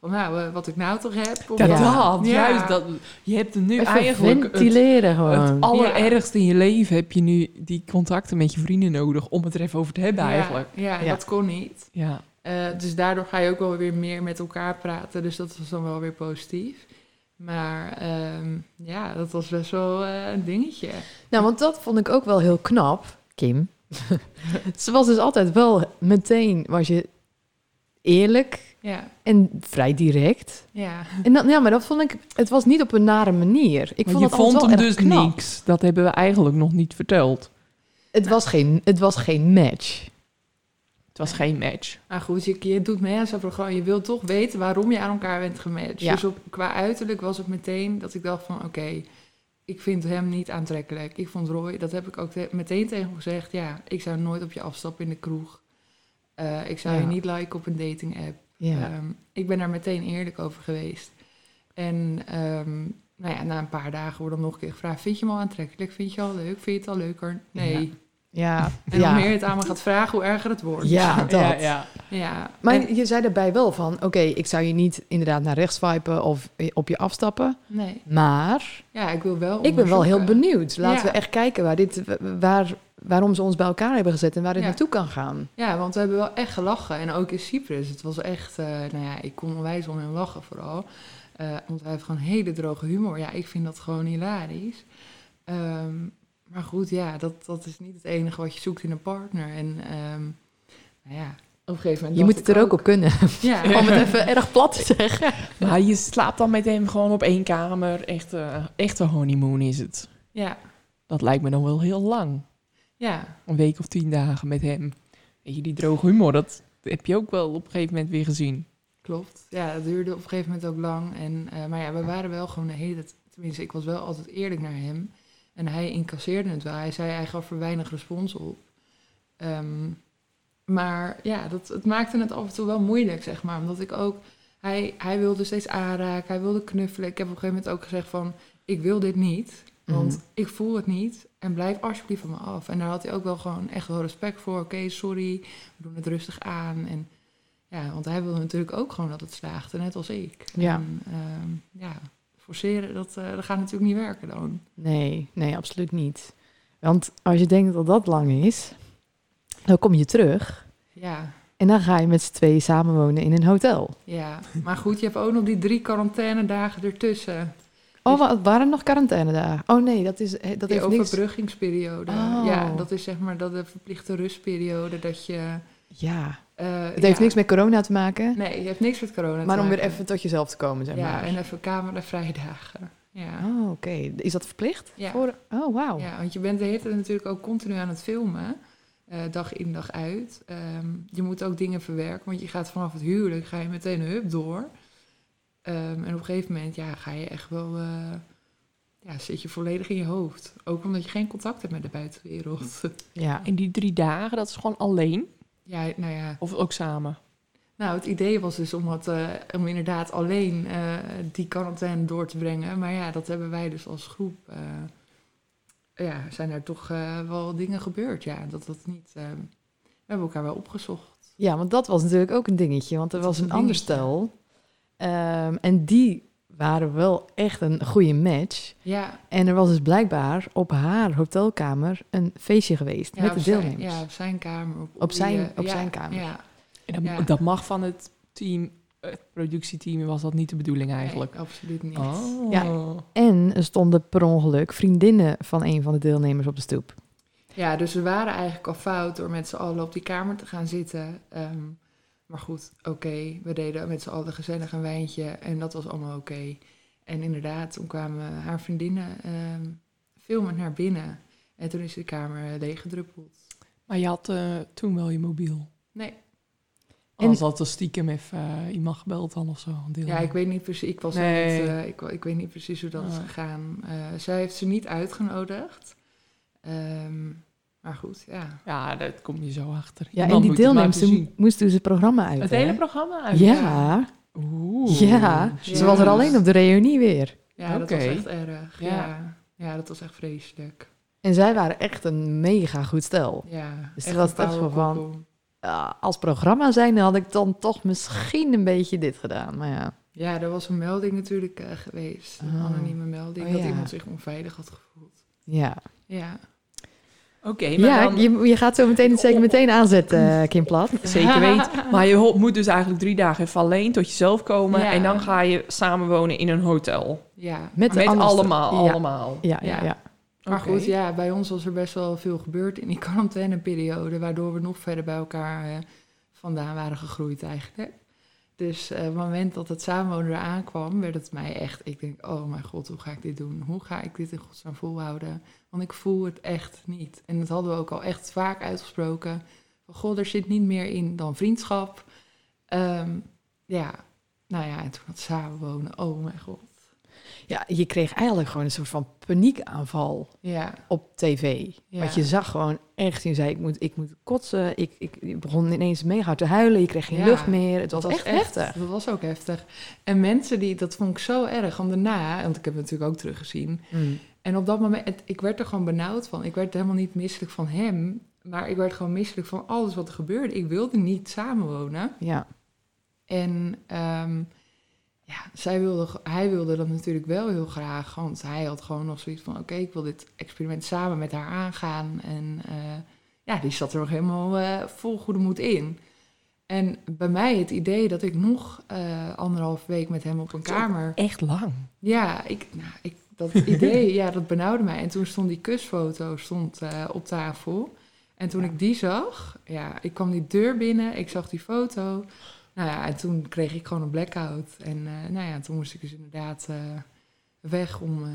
[SPEAKER 5] van nou, eh, wat ik nou toch heb. Of
[SPEAKER 4] Ja,
[SPEAKER 5] wat-
[SPEAKER 4] dat,
[SPEAKER 5] Ja.
[SPEAKER 4] juist. Dat, je hebt nu
[SPEAKER 2] Even
[SPEAKER 4] eigenlijk het,
[SPEAKER 2] ventileren gewoon.
[SPEAKER 4] het allerergste in je leven heb je nu die contacten met je vrienden nodig om het er even over te hebben
[SPEAKER 5] Ja,
[SPEAKER 4] eigenlijk.
[SPEAKER 5] Ja,
[SPEAKER 2] Ja.
[SPEAKER 5] dat kon niet.
[SPEAKER 4] Ja.
[SPEAKER 5] Eh, dus daardoor ga je ook wel weer meer met elkaar praten. Dus dat was dan wel weer positief. Maar ehm, ja, dat was best wel eh, een dingetje.
[SPEAKER 2] Nou, want dat vond ik ook wel heel knap, Kim. [LAUGHS] Ze was dus altijd wel meteen, was je eerlijk
[SPEAKER 5] Ja,
[SPEAKER 2] en vrij direct.
[SPEAKER 5] ja.
[SPEAKER 2] En dat, ja, maar dat vond ik, het was niet op een nare manier. Ik
[SPEAKER 4] Maar
[SPEAKER 2] vond
[SPEAKER 4] je
[SPEAKER 2] dat altijd
[SPEAKER 4] vond
[SPEAKER 2] wel
[SPEAKER 4] hem
[SPEAKER 2] erg
[SPEAKER 4] dus
[SPEAKER 2] knap.
[SPEAKER 4] niks. Dat hebben we eigenlijk nog niet verteld.
[SPEAKER 2] Het was geen, het was geen match.
[SPEAKER 4] Het was geen match.
[SPEAKER 5] Maar Ah, goed, je, je doet mee aan zo'n programma. Je wilt toch weten waarom je aan elkaar bent gematcht.
[SPEAKER 2] Ja.
[SPEAKER 5] Dus op, qua uiterlijk was het meteen dat ik dacht van... oké, ik vind hem niet aantrekkelijk. Ik vond Roy, dat heb ik ook te- meteen tegen hem gezegd... ja, ik zou nooit op je afstappen in de kroeg. Eh, ik zou
[SPEAKER 2] Ja.
[SPEAKER 5] je niet liken op een dating app.
[SPEAKER 2] Ja.
[SPEAKER 5] Ehm, ik ben daar meteen eerlijk over geweest. En ehm, nou ja, na een paar dagen wordt dan nog een keer gevraagd: Vind je me al aantrekkelijk? Vind je al leuk? Vind je het al leuker? Nee.
[SPEAKER 2] Ja,
[SPEAKER 5] En
[SPEAKER 2] ja.
[SPEAKER 5] hoe meer je het aan me gaat vragen, hoe erger het wordt.
[SPEAKER 2] Ja, dat.
[SPEAKER 4] Ja, ja.
[SPEAKER 5] ja.
[SPEAKER 2] Maar
[SPEAKER 5] En-
[SPEAKER 2] je zei daarbij wel van, oké, ik zou je niet inderdaad naar rechts swipen of op je afstappen.
[SPEAKER 5] nee.
[SPEAKER 2] Maar
[SPEAKER 5] Ja, ik wil wel.
[SPEAKER 2] ik ben wel heel
[SPEAKER 5] onderzoeken.
[SPEAKER 2] benieuwd. Laten
[SPEAKER 5] Ja.
[SPEAKER 2] we echt kijken waar dit, waar, waarom ze ons bij elkaar hebben gezet en waar dit
[SPEAKER 5] Ja.
[SPEAKER 2] naartoe kan gaan.
[SPEAKER 5] Ja, want we hebben wel echt gelachen. En ook in Cyprus. Het was echt, eh, nou ja, ik kon onwijs om hem lachen vooral. Eh, want hij heeft gewoon hele droge humor. Ja, ik vind dat gewoon hilarisch. Ehm, maar goed, ja, dat, dat is niet het enige wat je zoekt in een partner. En ehm, nou ja, op een gegeven moment...
[SPEAKER 2] Je
[SPEAKER 5] dacht
[SPEAKER 2] moet het
[SPEAKER 5] ik
[SPEAKER 2] er ook op kunnen.
[SPEAKER 5] Ja,
[SPEAKER 2] [LAUGHS] Om het even erg plat te zeggen.
[SPEAKER 4] Maar je slaapt dan met hem gewoon op één kamer. Echte, echte honeymoon is het.
[SPEAKER 5] ja,
[SPEAKER 4] Dat lijkt me dan wel heel lang.
[SPEAKER 5] ja,
[SPEAKER 4] Een week of tien dagen met hem. Weet je, die droge humor, dat heb je ook wel op een gegeven moment weer gezien.
[SPEAKER 5] klopt. Ja, het duurde op een gegeven moment ook lang. En, eh, maar ja, we waren wel gewoon de hele tijd... Tenminste, ik was wel altijd eerlijk naar hem. En hij incasseerde het wel. Hij zei, hij gaf er weinig respons op. Ehm, maar ja, dat, het maakte het af en toe wel moeilijk, zeg maar. Omdat ik ook... Hij, hij wilde steeds aanraken, hij wilde knuffelen. Ik heb op een gegeven moment ook gezegd van... Ik wil dit niet, want
[SPEAKER 2] Mhm.
[SPEAKER 5] ik voel het niet. En blijf alsjeblieft van me af. En daar had hij ook wel gewoon echt wel respect voor. Oké, sorry, we doen het rustig aan. En ja, want hij wilde natuurlijk ook gewoon dat het slaagde, net als ik.
[SPEAKER 2] Ja.
[SPEAKER 5] En, ehm, ja, forceren, dat, eh, dat gaat natuurlijk niet werken dan.
[SPEAKER 2] Nee, nee, absoluut niet. Want als je denkt dat dat lang is, dan kom je terug.
[SPEAKER 5] Ja,
[SPEAKER 2] En dan ga je met z'n tweeën samenwonen in een hotel.
[SPEAKER 5] ja. Maar goed, je hebt ook nog die drie quarantainedagen ertussen.
[SPEAKER 2] Oh, wa- waren er nog quarantaine daar? Oh nee, dat is eh, dat
[SPEAKER 5] Dus- die
[SPEAKER 2] heeft niks...
[SPEAKER 5] overbruggingsperiode.
[SPEAKER 2] Oh.
[SPEAKER 5] Ja, dat is zeg maar dat de verplichte rustperiode. Dat je.
[SPEAKER 2] Ja,
[SPEAKER 5] eh,
[SPEAKER 2] het heeft
[SPEAKER 5] ja.
[SPEAKER 2] niks met corona te maken.
[SPEAKER 5] Nee, het heeft niks met corona. te
[SPEAKER 2] maar om weer
[SPEAKER 5] maken.
[SPEAKER 2] even tot jezelf te komen, zeg
[SPEAKER 5] Ja,
[SPEAKER 2] maar.
[SPEAKER 5] en even cameravrije dagen. Ja.
[SPEAKER 2] Oh, oké. Is dat verplicht?
[SPEAKER 5] Ja.
[SPEAKER 2] Voor... Oh, wauw.
[SPEAKER 5] ja, want je bent de hele tijd natuurlijk ook continu aan het filmen. eh, dag in, dag uit. Ehm, je moet ook dingen verwerken, want je gaat vanaf het huwelijk ga je meteen een hub door. Ehm, en op een gegeven moment ja, ga je echt wel... eh, ja, zit je volledig in je hoofd. Ook omdat je geen contact hebt met de buitenwereld. [LAUGHS]
[SPEAKER 2] Ja.
[SPEAKER 4] En die drie dagen, dat is gewoon alleen?
[SPEAKER 5] ja, nou ja,
[SPEAKER 4] Of ook samen?
[SPEAKER 5] Nou, het idee was dus om, het, eh, om inderdaad alleen eh, die quarantaine door te brengen. Maar ja, dat hebben wij dus als groep. eh, ja, zijn er toch eh, wel dingen gebeurd. Ja, dat dat niet. eh, we hebben elkaar wel opgezocht.
[SPEAKER 2] Ja, want dat was natuurlijk ook een dingetje. Want er
[SPEAKER 5] Dat
[SPEAKER 2] was
[SPEAKER 5] was
[SPEAKER 2] een
[SPEAKER 5] een
[SPEAKER 2] ander
[SPEAKER 5] dingetje.
[SPEAKER 2] stel. ehm, en die waren wel echt een goede match.
[SPEAKER 5] Ja,
[SPEAKER 2] En er was dus blijkbaar op haar hotelkamer een feestje geweest
[SPEAKER 5] ja,
[SPEAKER 2] met de
[SPEAKER 5] op zijn-
[SPEAKER 2] deelnemers.
[SPEAKER 5] ja, op zijn kamer. Op,
[SPEAKER 2] Op
[SPEAKER 5] die,
[SPEAKER 2] zijn-
[SPEAKER 5] eh,
[SPEAKER 2] op
[SPEAKER 5] ja,
[SPEAKER 2] zijn kamer.
[SPEAKER 5] Ja,
[SPEAKER 4] En dat,
[SPEAKER 5] Ja.
[SPEAKER 4] dat mag van het team, eh, het productieteam, was dat niet de bedoeling eigenlijk?
[SPEAKER 5] Nee, absoluut niet.
[SPEAKER 4] Oh.
[SPEAKER 2] Ja. En er stonden per ongeluk vriendinnen van een van de deelnemers op de stoep.
[SPEAKER 5] Ja, dus we waren eigenlijk al fout door met z'n allen op die kamer te gaan zitten. Ehm, maar goed, oké, we deden met z'n allen gezellig een wijntje en dat was allemaal oké. En inderdaad, toen kwamen haar vriendinnen ehm filmend naar binnen. En toen is de kamer eh, leeggedruppeld.
[SPEAKER 4] Maar je had eh, toen wel je mobiel.
[SPEAKER 5] Nee.
[SPEAKER 4] En had dat stiekem even eh, iemand gebeld dan of zo. een deel.
[SPEAKER 5] Ja, ik weet niet precies. Ik was er
[SPEAKER 4] Nee.
[SPEAKER 5] niet, eh, ik, wa- ik weet niet precies hoe dat is
[SPEAKER 4] Ah.
[SPEAKER 5] gegaan. Eh, zij heeft ze niet uitgenodigd. Ehm, maar goed, ja.
[SPEAKER 4] Ja, dat kom je zo achter.
[SPEAKER 2] Ja, en
[SPEAKER 4] Iemand
[SPEAKER 2] die
[SPEAKER 4] moet het maar
[SPEAKER 2] deelnemers
[SPEAKER 4] zien.
[SPEAKER 2] die moesten dus het programma uit.
[SPEAKER 4] Het
[SPEAKER 2] hè?
[SPEAKER 4] hele programma uit.
[SPEAKER 2] Ja,
[SPEAKER 4] Oeh.
[SPEAKER 2] ja. Ze was er alleen op de reunie weer.
[SPEAKER 5] Ja, dat was
[SPEAKER 4] Oké.
[SPEAKER 5] echt erg.
[SPEAKER 4] Ja.
[SPEAKER 5] Ja. ja, dat was echt vreselijk.
[SPEAKER 2] En zij waren echt een mega goed stel.
[SPEAKER 5] Ja,
[SPEAKER 2] Dus
[SPEAKER 5] echt
[SPEAKER 2] er was
[SPEAKER 5] een
[SPEAKER 2] echt wel van-
[SPEAKER 5] powerkoppel.
[SPEAKER 2] Ja, als programma zijn had ik dan toch misschien een beetje dit gedaan. Maar ja,
[SPEAKER 5] Ja, er was een melding natuurlijk eh, geweest. Een
[SPEAKER 2] Oh.
[SPEAKER 5] anonieme melding.
[SPEAKER 2] Oh,
[SPEAKER 5] dat
[SPEAKER 2] ja.
[SPEAKER 5] iemand zich onveilig had gevoeld.
[SPEAKER 2] ja.
[SPEAKER 5] Ja.
[SPEAKER 4] Oké, maar
[SPEAKER 2] ja
[SPEAKER 4] dan-
[SPEAKER 2] je, je gaat zo meteen het zeker meteen aanzetten, eh, Kim Plat.
[SPEAKER 4] Zeker weet. Maar je ho- moet dus eigenlijk drie dagen even alleen tot jezelf komen.
[SPEAKER 5] Ja.
[SPEAKER 4] En dan ga je samenwonen in een hotel.
[SPEAKER 5] [LAUGHS] ja.
[SPEAKER 2] Met, de
[SPEAKER 4] Met
[SPEAKER 2] andere-
[SPEAKER 4] allemaal,
[SPEAKER 2] Ja.
[SPEAKER 4] allemaal.
[SPEAKER 2] Ja, ja, ja.
[SPEAKER 5] Maar
[SPEAKER 4] Oké.
[SPEAKER 5] goed, ja, bij ons was er best wel veel gebeurd in die [LAUGHS] quarantaineperiode. Waardoor we nog verder bij elkaar eh, vandaan waren gegroeid eigenlijk. Dus eh, op het moment dat het samenwonen eraan kwam, werd het mij echt... Ik denk, oh mijn god, hoe ga ik dit doen? Hoe ga ik dit in godsnaam volhouden? Want ik voel het echt niet. En dat hadden we ook al echt vaak uitgesproken. Van, god, er zit niet meer in dan vriendschap. Ehm, ja, nou ja, en toen dat samenwonen, oh mijn god.
[SPEAKER 2] Ja, je kreeg eigenlijk gewoon een soort van paniekaanval
[SPEAKER 5] Ja.
[SPEAKER 2] op tv.
[SPEAKER 5] Ja.
[SPEAKER 2] Want je zag gewoon echt, je zei ik moet, ik moet kotsen. Ik, ik je begon ineens mega hard te huilen. Je kreeg geen
[SPEAKER 5] Ja,
[SPEAKER 2] lucht meer. Het was, echt heftig.
[SPEAKER 5] Dat was ook heftig. En mensen die, dat vond ik zo erg, want daarna, want ik heb het natuurlijk ook teruggezien.
[SPEAKER 2] Mm.
[SPEAKER 5] En op dat moment, het- ik werd er gewoon benauwd van. Ik werd helemaal niet misselijk van hem, maar ik werd gewoon misselijk van alles wat er gebeurde. Ik wilde niet samenwonen.
[SPEAKER 2] [LAUGHS] Ja,
[SPEAKER 5] En ehm, ja, zij wilde, hij wilde dat natuurlijk wel heel graag. Want hij had gewoon nog zoiets van: oké, ik wil dit experiment samen met haar aangaan. En eh, ja, die zat er nog helemaal eh, vol goede moed in. En bij mij het idee dat ik nog eh anderhalf week met hem op een kamer.
[SPEAKER 2] echt lang.
[SPEAKER 5] Ja, ik, nou, ik, [LAUGHS] dat idee, ja, dat benauwde mij. En toen stond die kusfoto stond, eh, op tafel. En toen ik die zag, ja, ik kwam die deur binnen, ik zag die foto. Nou ja, en toen kreeg ik gewoon een blackout. En eh, nou ja, toen moest ik dus inderdaad eh, weg om, eh,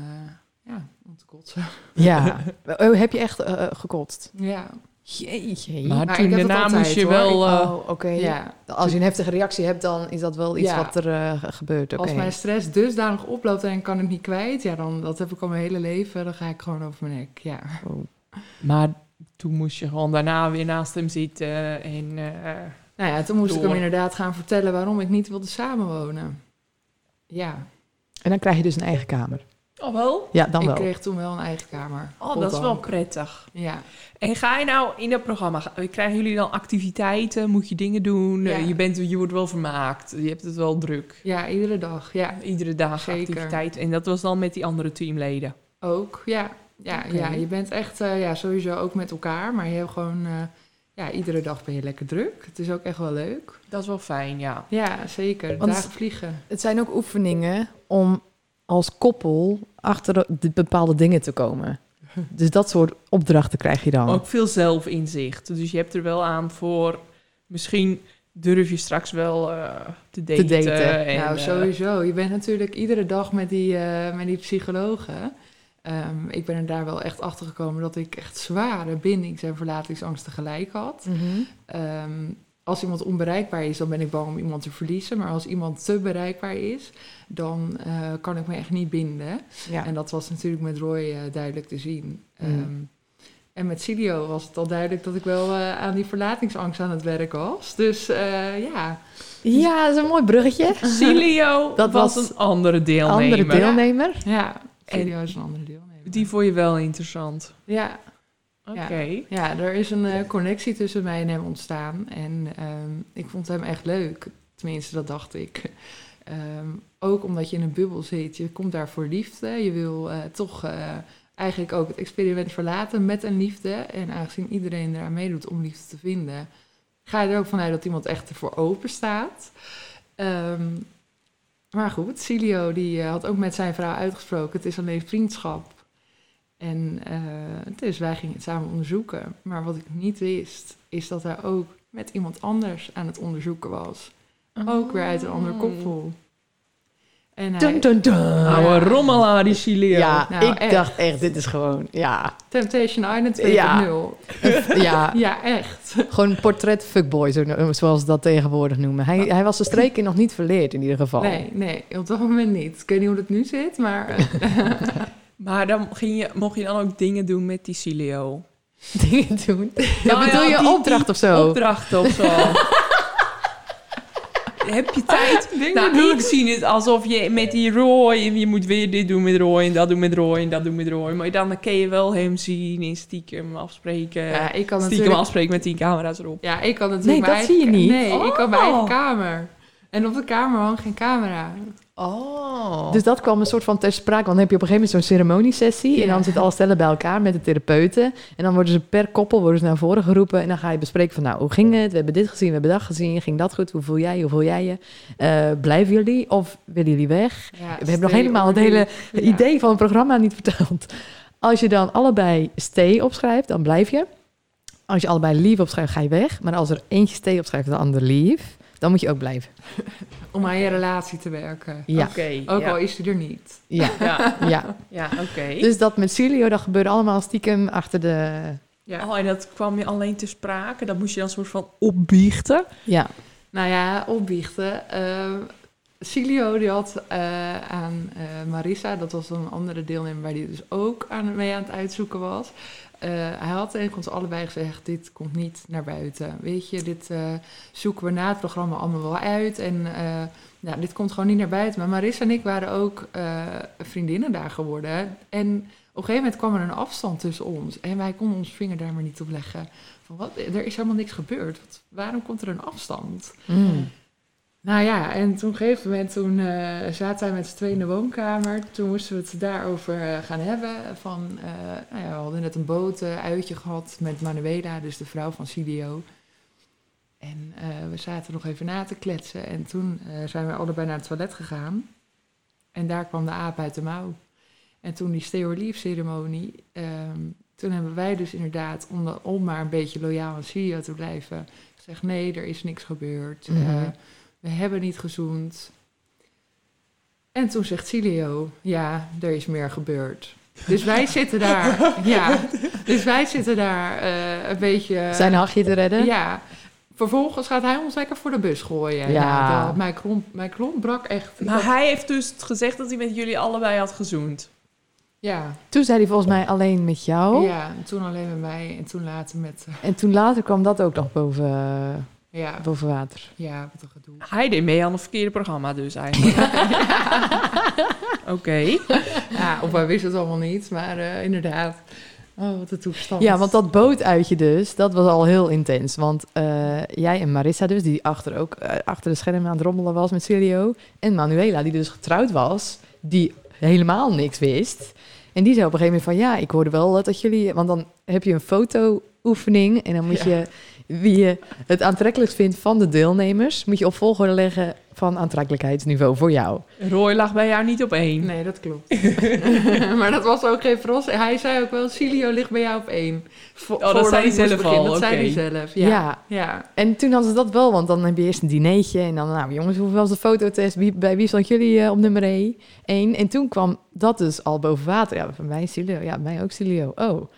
[SPEAKER 5] ja, om te kotsen.
[SPEAKER 2] Ja. Oh, heb je echt eh, gekotst?
[SPEAKER 5] [LAUGHS] Ja,
[SPEAKER 2] Jeetje.
[SPEAKER 4] Maar
[SPEAKER 5] Maar
[SPEAKER 4] toen
[SPEAKER 5] ik heb dat
[SPEAKER 4] daarna
[SPEAKER 5] altijd,
[SPEAKER 4] moest je
[SPEAKER 5] hoor.
[SPEAKER 4] wel... eh,
[SPEAKER 2] oh, oké.
[SPEAKER 5] ja.
[SPEAKER 2] Als je een heftige reactie hebt, dan is dat wel iets
[SPEAKER 5] Ja.
[SPEAKER 2] wat er eh, ge- gebeurt. Oké.
[SPEAKER 5] Als mijn stress dusdanig oploopt en ik kan het niet kwijt, ja, dan dat heb ik al mijn hele leven. Dan ga ik gewoon over mijn nek, ja.
[SPEAKER 4] Maar toen moest je gewoon daarna weer naast hem zitten en... eh,
[SPEAKER 5] Nou ja, toen moest ik
[SPEAKER 4] Door.
[SPEAKER 5] hem inderdaad gaan vertellen waarom ik niet wilde samenwonen. Ja,
[SPEAKER 2] En dan krijg je dus een eigen kamer.
[SPEAKER 4] Oh wel?
[SPEAKER 2] Ja, dan
[SPEAKER 5] ik
[SPEAKER 2] wel.
[SPEAKER 5] kreeg toen wel een eigen kamer.
[SPEAKER 4] Oh, dat is wel
[SPEAKER 5] Goddank.
[SPEAKER 4] prettig.
[SPEAKER 5] Ja,
[SPEAKER 4] En ga je nou in dat programma, ga- krijgen jullie dan activiteiten? Moet je dingen doen?
[SPEAKER 5] Ja.
[SPEAKER 4] Eh, Je, bent, je wordt wel vermaakt. Je hebt het wel druk.
[SPEAKER 5] ja iedere dag. Ja,
[SPEAKER 4] Iedere dag
[SPEAKER 5] Zeker.
[SPEAKER 4] activiteit. En dat was dan met die andere teamleden.
[SPEAKER 5] ook. Ja, ja,
[SPEAKER 2] Oké.
[SPEAKER 5] ja je bent echt eh, ja, sowieso ook met elkaar. Maar je hebt gewoon... eh, ja, iedere dag ben je lekker druk. Het is ook echt wel leuk.
[SPEAKER 4] Dat is wel fijn, ja.
[SPEAKER 5] Ja, zeker. De
[SPEAKER 2] Want-
[SPEAKER 5] Dagen vliegen.
[SPEAKER 2] Het zijn ook oefeningen om als koppel achter de- de bepaalde dingen te komen. Dus dat soort opdrachten krijg je dan.
[SPEAKER 4] Ook veel zelfinzicht. Dus je hebt er wel aan voor. Misschien durf je straks wel eh, te daten.
[SPEAKER 2] daten.
[SPEAKER 4] En,
[SPEAKER 5] nou,
[SPEAKER 4] eh, [LAUGHS]
[SPEAKER 5] sowieso. Je bent natuurlijk iedere dag met die, eh, met die psychologen. Ehm, ik ben er daar wel echt achter gekomen dat ik echt zware bindings- en verlatingsangst tegelijk had.
[SPEAKER 2] Mhm.
[SPEAKER 5] Ehm, als iemand onbereikbaar is, dan ben ik bang om iemand te verliezen. Maar als iemand te bereikbaar is, dan eh, kan ik me echt niet binden.
[SPEAKER 2] Ja.
[SPEAKER 5] En dat was natuurlijk met Roy eh, duidelijk te zien.
[SPEAKER 2] Mm.
[SPEAKER 5] Ehm, en met Silio was het al duidelijk dat ik wel eh, aan die verlatingsangst aan het werk was. Dus eh, ja,
[SPEAKER 2] ja, dat is een mooi bruggetje.
[SPEAKER 4] Cilio
[SPEAKER 2] [LAUGHS] Dat
[SPEAKER 4] was,
[SPEAKER 2] was
[SPEAKER 4] een andere deelnemer.
[SPEAKER 2] Andere deelnemer.
[SPEAKER 5] ja.
[SPEAKER 4] En-
[SPEAKER 5] Silio is een andere deelnemer.
[SPEAKER 4] Die vond je wel interessant.
[SPEAKER 5] Ja,
[SPEAKER 4] Oké.
[SPEAKER 5] ja, er is een eh, connectie tussen mij en hem ontstaan. En ehm, ik vond hem echt leuk. Tenminste, dat dacht ik. Ehm, ook omdat je in een bubbel zit. Je komt daar voor liefde. Je wil eh, toch eh, eigenlijk ook het experiment verlaten met een liefde. En aangezien iedereen eraan meedoet om liefde te vinden, ga je er ook vanuit dat iemand echt ervoor open staat. Ehm, maar goed, Silio die eh, had ook met zijn vrouw uitgesproken: het is alleen vriendschap. En eh, dus wij gingen het samen onderzoeken. Maar wat ik niet wist, is dat hij ook met iemand anders aan het onderzoeken was. Ook weer uit een ander koppel. En hij,
[SPEAKER 2] Dun, dun, dun.
[SPEAKER 4] Oude rommelaar die Cilio.
[SPEAKER 2] Ja,
[SPEAKER 5] Nou,
[SPEAKER 2] ik
[SPEAKER 5] echt.
[SPEAKER 2] dacht echt, dit is gewoon, ja.
[SPEAKER 5] Temptation Island 2.0.
[SPEAKER 2] Ja.
[SPEAKER 5] Ja.
[SPEAKER 2] ja,
[SPEAKER 5] ja, echt.
[SPEAKER 2] gewoon een portret fuckboy, zo- zoals ze dat tegenwoordig noemen. Hij, hij was de streken nog niet verleerd in ieder geval.
[SPEAKER 5] Nee, nee, op dat moment niet. Ik weet niet hoe dat nu zit, maar... eh,
[SPEAKER 4] Maar dan ging je, mocht je dan ook dingen doen met die Cilio?
[SPEAKER 2] [LAUGHS] Dingen doen. Ja,
[SPEAKER 4] Nou
[SPEAKER 2] bedoel
[SPEAKER 4] ja,
[SPEAKER 2] je
[SPEAKER 4] die-
[SPEAKER 2] opdracht of
[SPEAKER 4] Oh.
[SPEAKER 2] zo?
[SPEAKER 4] Opdrachten of [LAUGHS] zo. Heb je tijd?
[SPEAKER 5] Dingen
[SPEAKER 4] nou, ik zie het alsof je met die Roy... en je moet weer dit doen met Roy en dat doen met Roy en dat doen met Roy. Maar dan kan je wel hem zien en stiekem afspreken.
[SPEAKER 5] ja, ik
[SPEAKER 4] stiekem
[SPEAKER 5] kan natuurlijk...
[SPEAKER 4] afspreken met tien camera's erop.
[SPEAKER 5] Ja, ik kan
[SPEAKER 2] eh, Nee,
[SPEAKER 5] natuurlijk mijn
[SPEAKER 2] dat
[SPEAKER 5] eigen
[SPEAKER 2] zie je
[SPEAKER 5] ka-
[SPEAKER 2] niet.
[SPEAKER 5] Nee, ik kan mijn
[SPEAKER 4] Oh.
[SPEAKER 5] eigen kamer. En op de kamer hang geen camera.
[SPEAKER 4] Oh.
[SPEAKER 2] Dus dat kwam een soort van ter sprake. Want dan heb je op een gegeven moment zo'n ceremoniesessie. En
[SPEAKER 5] Ja.
[SPEAKER 2] dan zitten alle stellen bij elkaar met de therapeuten. En dan worden ze per koppel worden ze naar voren geroepen. En dan ga je bespreken van, nou, hoe ging het? We hebben dit gezien, we hebben dat gezien. Ging dat goed? Hoe voel jij je? Hoe voel jij je? Eh, blijven jullie? Of willen jullie weg?
[SPEAKER 5] Ja,
[SPEAKER 2] We hebben nog helemaal het hele idee van het programma niet verteld. Als je dan allebei stay opschrijft, dan blijf je. Als je allebei leave opschrijft, ga je weg. Maar als er eentje stay opschrijft en de ander leave, dan moet je ook blijven.
[SPEAKER 5] Om aan je relatie te werken.
[SPEAKER 2] Ja,
[SPEAKER 4] Oké.
[SPEAKER 5] Ook
[SPEAKER 4] ja.
[SPEAKER 5] al is hij er niet.
[SPEAKER 2] ja,
[SPEAKER 4] [LAUGHS] Ja,
[SPEAKER 2] ja.
[SPEAKER 4] ja oké.
[SPEAKER 2] Dus dat met Silio, dat gebeurde allemaal stiekem achter de...
[SPEAKER 5] Ja.
[SPEAKER 4] Oh, en dat kwam je alleen te sprake. Dat moest je dan soort van opbiechten.
[SPEAKER 2] Ja,
[SPEAKER 5] Nou ja, opbiechten. ehm, Silio die had eh, aan eh, Marissa, dat was een andere deelnemer waar die dus ook aan, mee aan het uitzoeken was. Eh, hij had tegen ons allebei gezegd, dit komt niet naar buiten. Weet je, dit eh, zoeken we na het programma allemaal wel uit. En eh, nou, dit komt gewoon niet naar buiten. Maar Marissa en ik waren ook eh, vriendinnen daar geworden. En op een gegeven moment kwam er een afstand tussen ons. En wij konden ons vinger daar maar niet op leggen. Van, wat? Er is helemaal niks gebeurd. Wat- waarom komt er een afstand?
[SPEAKER 2] Mm.
[SPEAKER 5] Nou ja, en toen op een gegeven moment toen, eh, zaten wij met z'n tweeën in de woonkamer. Toen moesten we het daarover eh, gaan hebben. Van, eh, nou ja, we hadden net een boot eh, uitje gehad met Manuela, dus de vrouw van Silio. En eh, we zaten nog even na te kletsen. En toen eh, zijn we allebei naar het toilet gegaan. En daar kwam de aap uit de mouw. En toen die Stay or Leave ceremonie. ehm, toen hebben wij dus inderdaad, om, da- om maar een beetje loyaal aan Silio te blijven, gezegd: nee, er is niks gebeurd.
[SPEAKER 2] Mhm.
[SPEAKER 5] Eh, we hebben niet gezoend. En toen zegt Silio, ja, er is meer gebeurd. Dus wij zitten daar,
[SPEAKER 2] [LAUGHS]
[SPEAKER 5] ja. Dus wij zitten daar eh, een beetje...
[SPEAKER 2] Zijn hachje te redden?
[SPEAKER 5] Ja. Vervolgens gaat hij ons lekker voor de bus gooien.
[SPEAKER 2] Ja.
[SPEAKER 5] Nou, dat- mijn, klomp, mijn klomp brak echt.
[SPEAKER 4] Maar hij heeft dus gezegd dat hij met jullie allebei had gezoend.
[SPEAKER 5] Ja.
[SPEAKER 2] Toen zei hij volgens mij alleen met jou.
[SPEAKER 5] ja, en toen alleen met mij en toen later met... eh,
[SPEAKER 2] En toen later kwam dat ook nog boven,
[SPEAKER 5] Ja,
[SPEAKER 2] boven water.
[SPEAKER 5] ja wat een
[SPEAKER 2] [LAUGHS]
[SPEAKER 5] gedoe.
[SPEAKER 4] Hij deed mee aan het verkeerde programma dus eigenlijk. Oké.
[SPEAKER 5] Ja, of wij wisten het allemaal niet, maar eh, inderdaad. Oh, wat een toestand.
[SPEAKER 2] Ja, want dat bootuitje dus, dat was al heel intens. Want eh, jij en Marissa dus, die achter, ook, eh, achter de schermen aan het rommelen was met Silio. En Manuela, die dus getrouwd was, die helemaal niks wist. En die zei op een gegeven moment van, ja, ik hoorde wel dat jullie... Want dan heb je een foto-oefening en dan moet je wie je het aantrekkelijkst vindt van de deelnemers... moet je op volgorde leggen van aantrekkelijkheidsniveau voor jou.
[SPEAKER 4] Roy lag bij jou niet op één.
[SPEAKER 5] Nee, dat klopt. [LAUGHS] maar dat was ook geen verrassing. Hij zei ook wel, Silio ligt bij jou op één. Vo-
[SPEAKER 4] Oh, dat
[SPEAKER 5] voordat
[SPEAKER 4] zei hij
[SPEAKER 5] ik moest
[SPEAKER 4] zelf
[SPEAKER 5] beginnen.
[SPEAKER 4] al,
[SPEAKER 5] Dat zei
[SPEAKER 4] oké.
[SPEAKER 5] hij zelf,
[SPEAKER 2] Ja.
[SPEAKER 5] ja. ja.
[SPEAKER 2] En toen hadden ze dat wel, want dan heb je eerst een dinertje. En dan, nou jongens, hoe was de fototest? Wie, bij wie stond jullie eh, op nummer 1? En toen kwam dat dus al boven water. Ja, van mij Silio. Ja, mij ook Silio. Oh.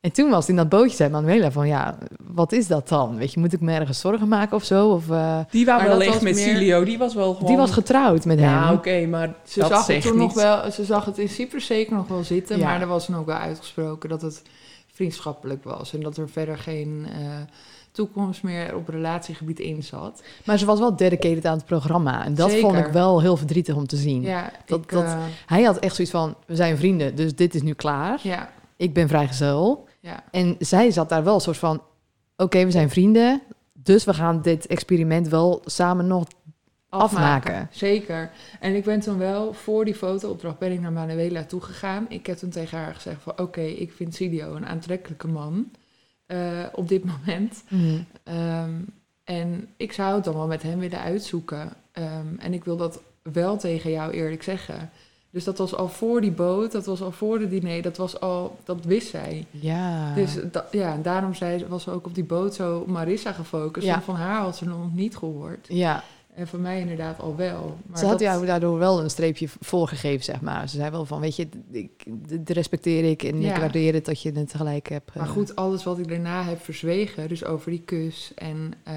[SPEAKER 2] En toen was het in dat bootje, zei Manuela van, ja, wat is dat dan? Weet je, moet ik me ergens zorgen maken of zo? Of, eh,
[SPEAKER 4] Die waren
[SPEAKER 5] Maar
[SPEAKER 4] wel
[SPEAKER 5] dat
[SPEAKER 4] leeg
[SPEAKER 5] was
[SPEAKER 4] met
[SPEAKER 5] meer-
[SPEAKER 4] Silio. Die was wel gewoon...
[SPEAKER 2] die was getrouwd met hem.
[SPEAKER 4] Ja, oké, maar
[SPEAKER 5] Ze,
[SPEAKER 4] dat
[SPEAKER 5] zag het
[SPEAKER 4] zegt
[SPEAKER 5] toen nog
[SPEAKER 4] niets.
[SPEAKER 5] wel, ze zag het in Cyprus zeker nog wel zitten,
[SPEAKER 2] Ja.
[SPEAKER 5] maar er was toen ook wel uitgesproken dat het vriendschappelijk was. En dat er verder geen eh, toekomst meer op relatiegebied in zat.
[SPEAKER 2] Maar ze was wel dedicated aan het programma. En dat
[SPEAKER 5] Zeker.
[SPEAKER 2] vond ik wel heel verdrietig om te zien.
[SPEAKER 5] Ja,
[SPEAKER 2] Dat-
[SPEAKER 5] ik,
[SPEAKER 2] dat-
[SPEAKER 5] eh,
[SPEAKER 2] Hij had echt zoiets van, we zijn vrienden, dus dit is nu klaar.
[SPEAKER 5] ja,
[SPEAKER 2] Ik ben vrijgezel.
[SPEAKER 5] ja.
[SPEAKER 2] En zij zat daar wel een soort van... Oké, we zijn vrienden, dus we gaan dit experiment wel samen nog... Afmaken.
[SPEAKER 5] Zeker. En ik ben toen wel voor die fotoopdracht ben ik naar Manuela toegegaan. Ik heb toen tegen haar gezegd van oké, ik vind Silio een aantrekkelijke man eh, op dit [LAUGHS] moment.
[SPEAKER 2] Mm,
[SPEAKER 5] Ehm, en ik zou het dan wel met hem willen uitzoeken. Ehm, en ik wil dat wel tegen jou eerlijk zeggen. Dus dat was al voor die boot, dat was al voor de diner, dat was al, dat wist zij.
[SPEAKER 2] Ja.
[SPEAKER 5] Dus da- ja, en daarom zei, was ze ook op die boot zo op Marissa gefocust.
[SPEAKER 2] Ja.
[SPEAKER 5] En van haar had ze nog niet gehoord.
[SPEAKER 2] ja,
[SPEAKER 5] En van mij inderdaad al wel. Maar
[SPEAKER 2] ze had
[SPEAKER 5] dat-
[SPEAKER 2] jou daardoor wel een streepje voorgegeven, zeg maar. Ze zei wel van, weet je, ik, dit respecteer ik en ik
[SPEAKER 5] Ja.
[SPEAKER 2] waardeer het dat je het gelijk hebt. eh.
[SPEAKER 5] Maar goed, alles wat ik daarna heb verzwegen, dus over die kus en eh,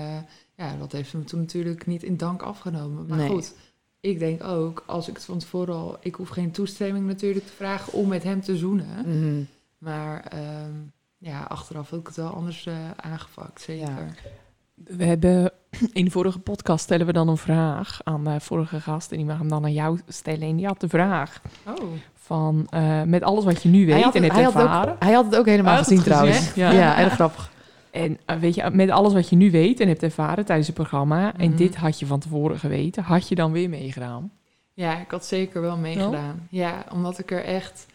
[SPEAKER 5] ja, dat heeft ze me toen natuurlijk niet in dank afgenomen. Maar
[SPEAKER 2] Nee.
[SPEAKER 5] goed, ik denk ook, als ik het van tevoren al, ik hoef geen toestemming natuurlijk te vragen om met hem te zoenen.
[SPEAKER 2] Mhm.
[SPEAKER 5] Maar ehm, ja, achteraf heb ik het wel anders eh, aangepakt, zeker.
[SPEAKER 2] Ja.
[SPEAKER 4] We hebben [CLEARS THROAT] in de vorige podcast stellen we dan een vraag aan de vorige gast. En die mag hem dan aan jou stellen. En die had de vraag
[SPEAKER 5] Oh,
[SPEAKER 4] van eh, met alles wat je nu weet
[SPEAKER 2] had
[SPEAKER 4] en
[SPEAKER 2] het- Oh,
[SPEAKER 4] hebt
[SPEAKER 2] had
[SPEAKER 4] ervaren.
[SPEAKER 2] ook, hij had het ook helemaal
[SPEAKER 4] Hij had
[SPEAKER 2] gezien,
[SPEAKER 4] het gezien,
[SPEAKER 2] trouwens.
[SPEAKER 4] hè?
[SPEAKER 2] Ja.
[SPEAKER 4] Ja.
[SPEAKER 2] erg grappig.
[SPEAKER 4] En eh, weet je, met alles wat je nu weet en hebt ervaren tijdens het programma. En
[SPEAKER 5] Mhm.
[SPEAKER 4] dit had je van tevoren geweten. Had je dan weer meegedaan?
[SPEAKER 5] ja, ik had zeker wel meegedaan.
[SPEAKER 4] Oh.
[SPEAKER 5] Ja, omdat ik er echt,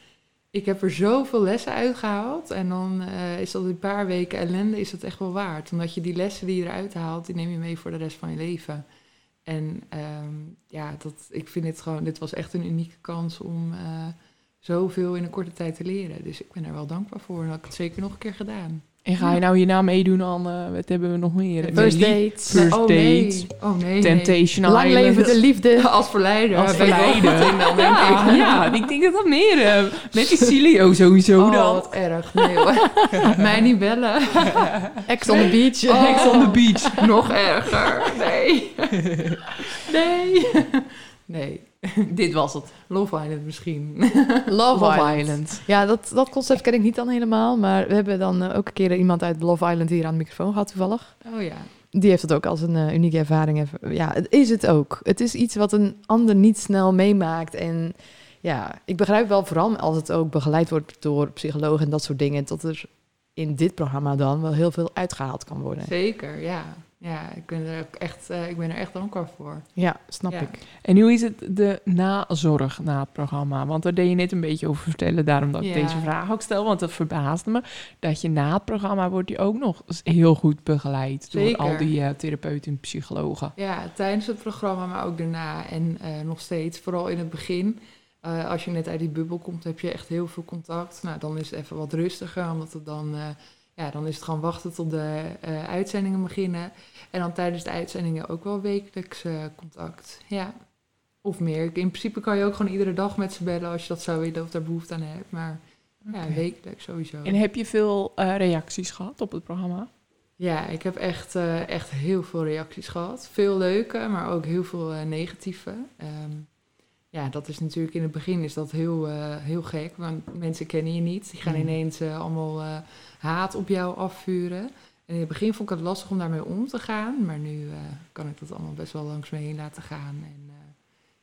[SPEAKER 5] ik heb er zoveel lessen uitgehaald. En dan eh, is dat een paar weken ellende, is dat echt wel waard. Omdat je die lessen die je eruit haalt, die neem je mee voor de rest van je leven. En ehm, ja, dat, ik vind dit gewoon, dit was echt een unieke kans om eh, zoveel in een korte tijd te leren. Dus ik ben er wel dankbaar voor. En had ik het zeker nog een keer gedaan.
[SPEAKER 4] En ga je nou hierna meedoen aan, eh, wat hebben we nog meer?
[SPEAKER 2] First
[SPEAKER 4] Nee,
[SPEAKER 2] dates.
[SPEAKER 4] First
[SPEAKER 5] oh, nee.
[SPEAKER 4] date.
[SPEAKER 5] Oh nee. nee.
[SPEAKER 4] Temptation
[SPEAKER 2] Lang
[SPEAKER 4] Island.
[SPEAKER 2] leven de [LAUGHS] liefde.
[SPEAKER 5] [LAUGHS] Als verleider.
[SPEAKER 4] Als
[SPEAKER 5] ben ik wel
[SPEAKER 4] verleider. [LAUGHS]
[SPEAKER 5] goed in dan, denk ik.
[SPEAKER 4] Ja, ja, ik denk dat dat meer... eh, met die Cilio sowieso
[SPEAKER 5] Oh,
[SPEAKER 4] dan.
[SPEAKER 5] wat erg. Nee
[SPEAKER 2] [LAUGHS]
[SPEAKER 5] hoor. Mij niet bellen.
[SPEAKER 2] Ex on the beach.
[SPEAKER 5] [LAUGHS]
[SPEAKER 4] Ex on the beach.
[SPEAKER 2] [LAUGHS]
[SPEAKER 5] Nog erger. Nee. Nee. Nee, [LAUGHS]
[SPEAKER 4] Dit was het.
[SPEAKER 5] Love Island misschien. [LAUGHS]
[SPEAKER 2] Love,
[SPEAKER 4] Love
[SPEAKER 2] Island.
[SPEAKER 4] Island.
[SPEAKER 2] Ja, dat, dat concept ken ik niet dan helemaal. Maar we hebben dan eh, ook een keer iemand uit Love Island hier aan de microfoon gehad toevallig.
[SPEAKER 5] Oh ja.
[SPEAKER 2] Die heeft het ook als een eh, unieke ervaring. erv- Ja, het is het ook. Het is iets wat een ander niet snel meemaakt. En ja, ik begrijp wel vooral als het ook begeleid wordt door psychologen en dat soort dingen. Dat er in dit programma dan wel heel veel uitgehaald kan worden.
[SPEAKER 5] Zeker, ja. Ja, ik ben er ook echt, eh, ik ben er echt dankbaar voor.
[SPEAKER 2] Ja, snap
[SPEAKER 5] Ja.
[SPEAKER 2] ik.
[SPEAKER 4] En hoe is het de nazorg na het programma? Want daar deed je net een beetje over vertellen. Daarom dat ik
[SPEAKER 5] Ja.
[SPEAKER 4] deze vraag ook stel. Want dat verbaasde me. Dat je na het programma wordt je ook nog eens heel goed begeleid. Door
[SPEAKER 5] Zeker.
[SPEAKER 4] al die eh, therapeuten en psychologen.
[SPEAKER 5] Ja, tijdens het programma, maar ook daarna en eh, nog steeds. Vooral in het begin. Eh, als je net uit die bubbel komt, heb je echt heel veel contact. Nou, dan is het even wat rustiger, omdat het dan... eh, ja, dan is het gewoon wachten tot de eh, uitzendingen beginnen. En dan tijdens de uitzendingen ook wel wekelijks eh, contact. Ja, of meer. In principe kan je ook gewoon iedere dag met ze bellen als je dat zou willen of daar behoefte aan hebt. Maar ja,
[SPEAKER 4] Oké.
[SPEAKER 5] wekelijks sowieso.
[SPEAKER 4] En heb je veel eh, reacties gehad op het programma?
[SPEAKER 5] Ja, ik heb echt, eh, echt heel veel reacties gehad. Veel leuke, maar ook heel veel eh, negatieve. Ehm, ja, dat is natuurlijk in het begin is dat heel, eh, heel gek, want mensen kennen je niet. Die gaan
[SPEAKER 4] Mm.
[SPEAKER 5] ineens eh, allemaal eh, haat op jou afvuren. En in het begin vond ik het lastig om daarmee om te gaan, maar nu eh, kan ik dat allemaal best wel langs me heen laten gaan. En, eh,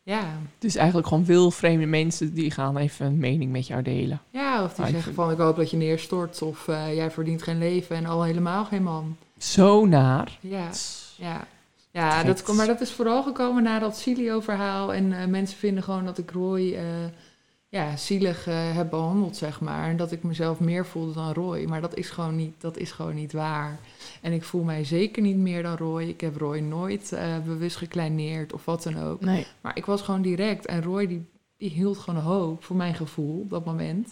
[SPEAKER 5] ja,
[SPEAKER 4] Dus eigenlijk gewoon veel vreemde mensen die gaan even een mening met jou delen.
[SPEAKER 5] ja, of die
[SPEAKER 4] Ah, ik
[SPEAKER 5] zeggen
[SPEAKER 4] vind-
[SPEAKER 5] van ik hoop dat je neerstort of eh, jij verdient geen leven en al helemaal geen man.
[SPEAKER 4] Zo naar.
[SPEAKER 5] Ja.
[SPEAKER 4] Tss.
[SPEAKER 5] Ja, ja
[SPEAKER 4] Gek.
[SPEAKER 5] dat, kon- maar dat is vooral gekomen na dat Silio-verhaal. En eh, mensen vinden gewoon dat ik Roy eh, ja, zielig eh, heb behandeld, zeg maar. En dat ik mezelf meer voelde dan Roy. Maar dat is, gewoon niet, dat is gewoon niet waar. En ik voel mij zeker niet meer dan Roy. Ik heb Roy nooit eh, bewust gekleineerd of wat dan ook.
[SPEAKER 2] Nee.
[SPEAKER 5] Maar ik was gewoon direct. En Roy die, die hield gewoon hoop voor mijn gevoel op dat moment.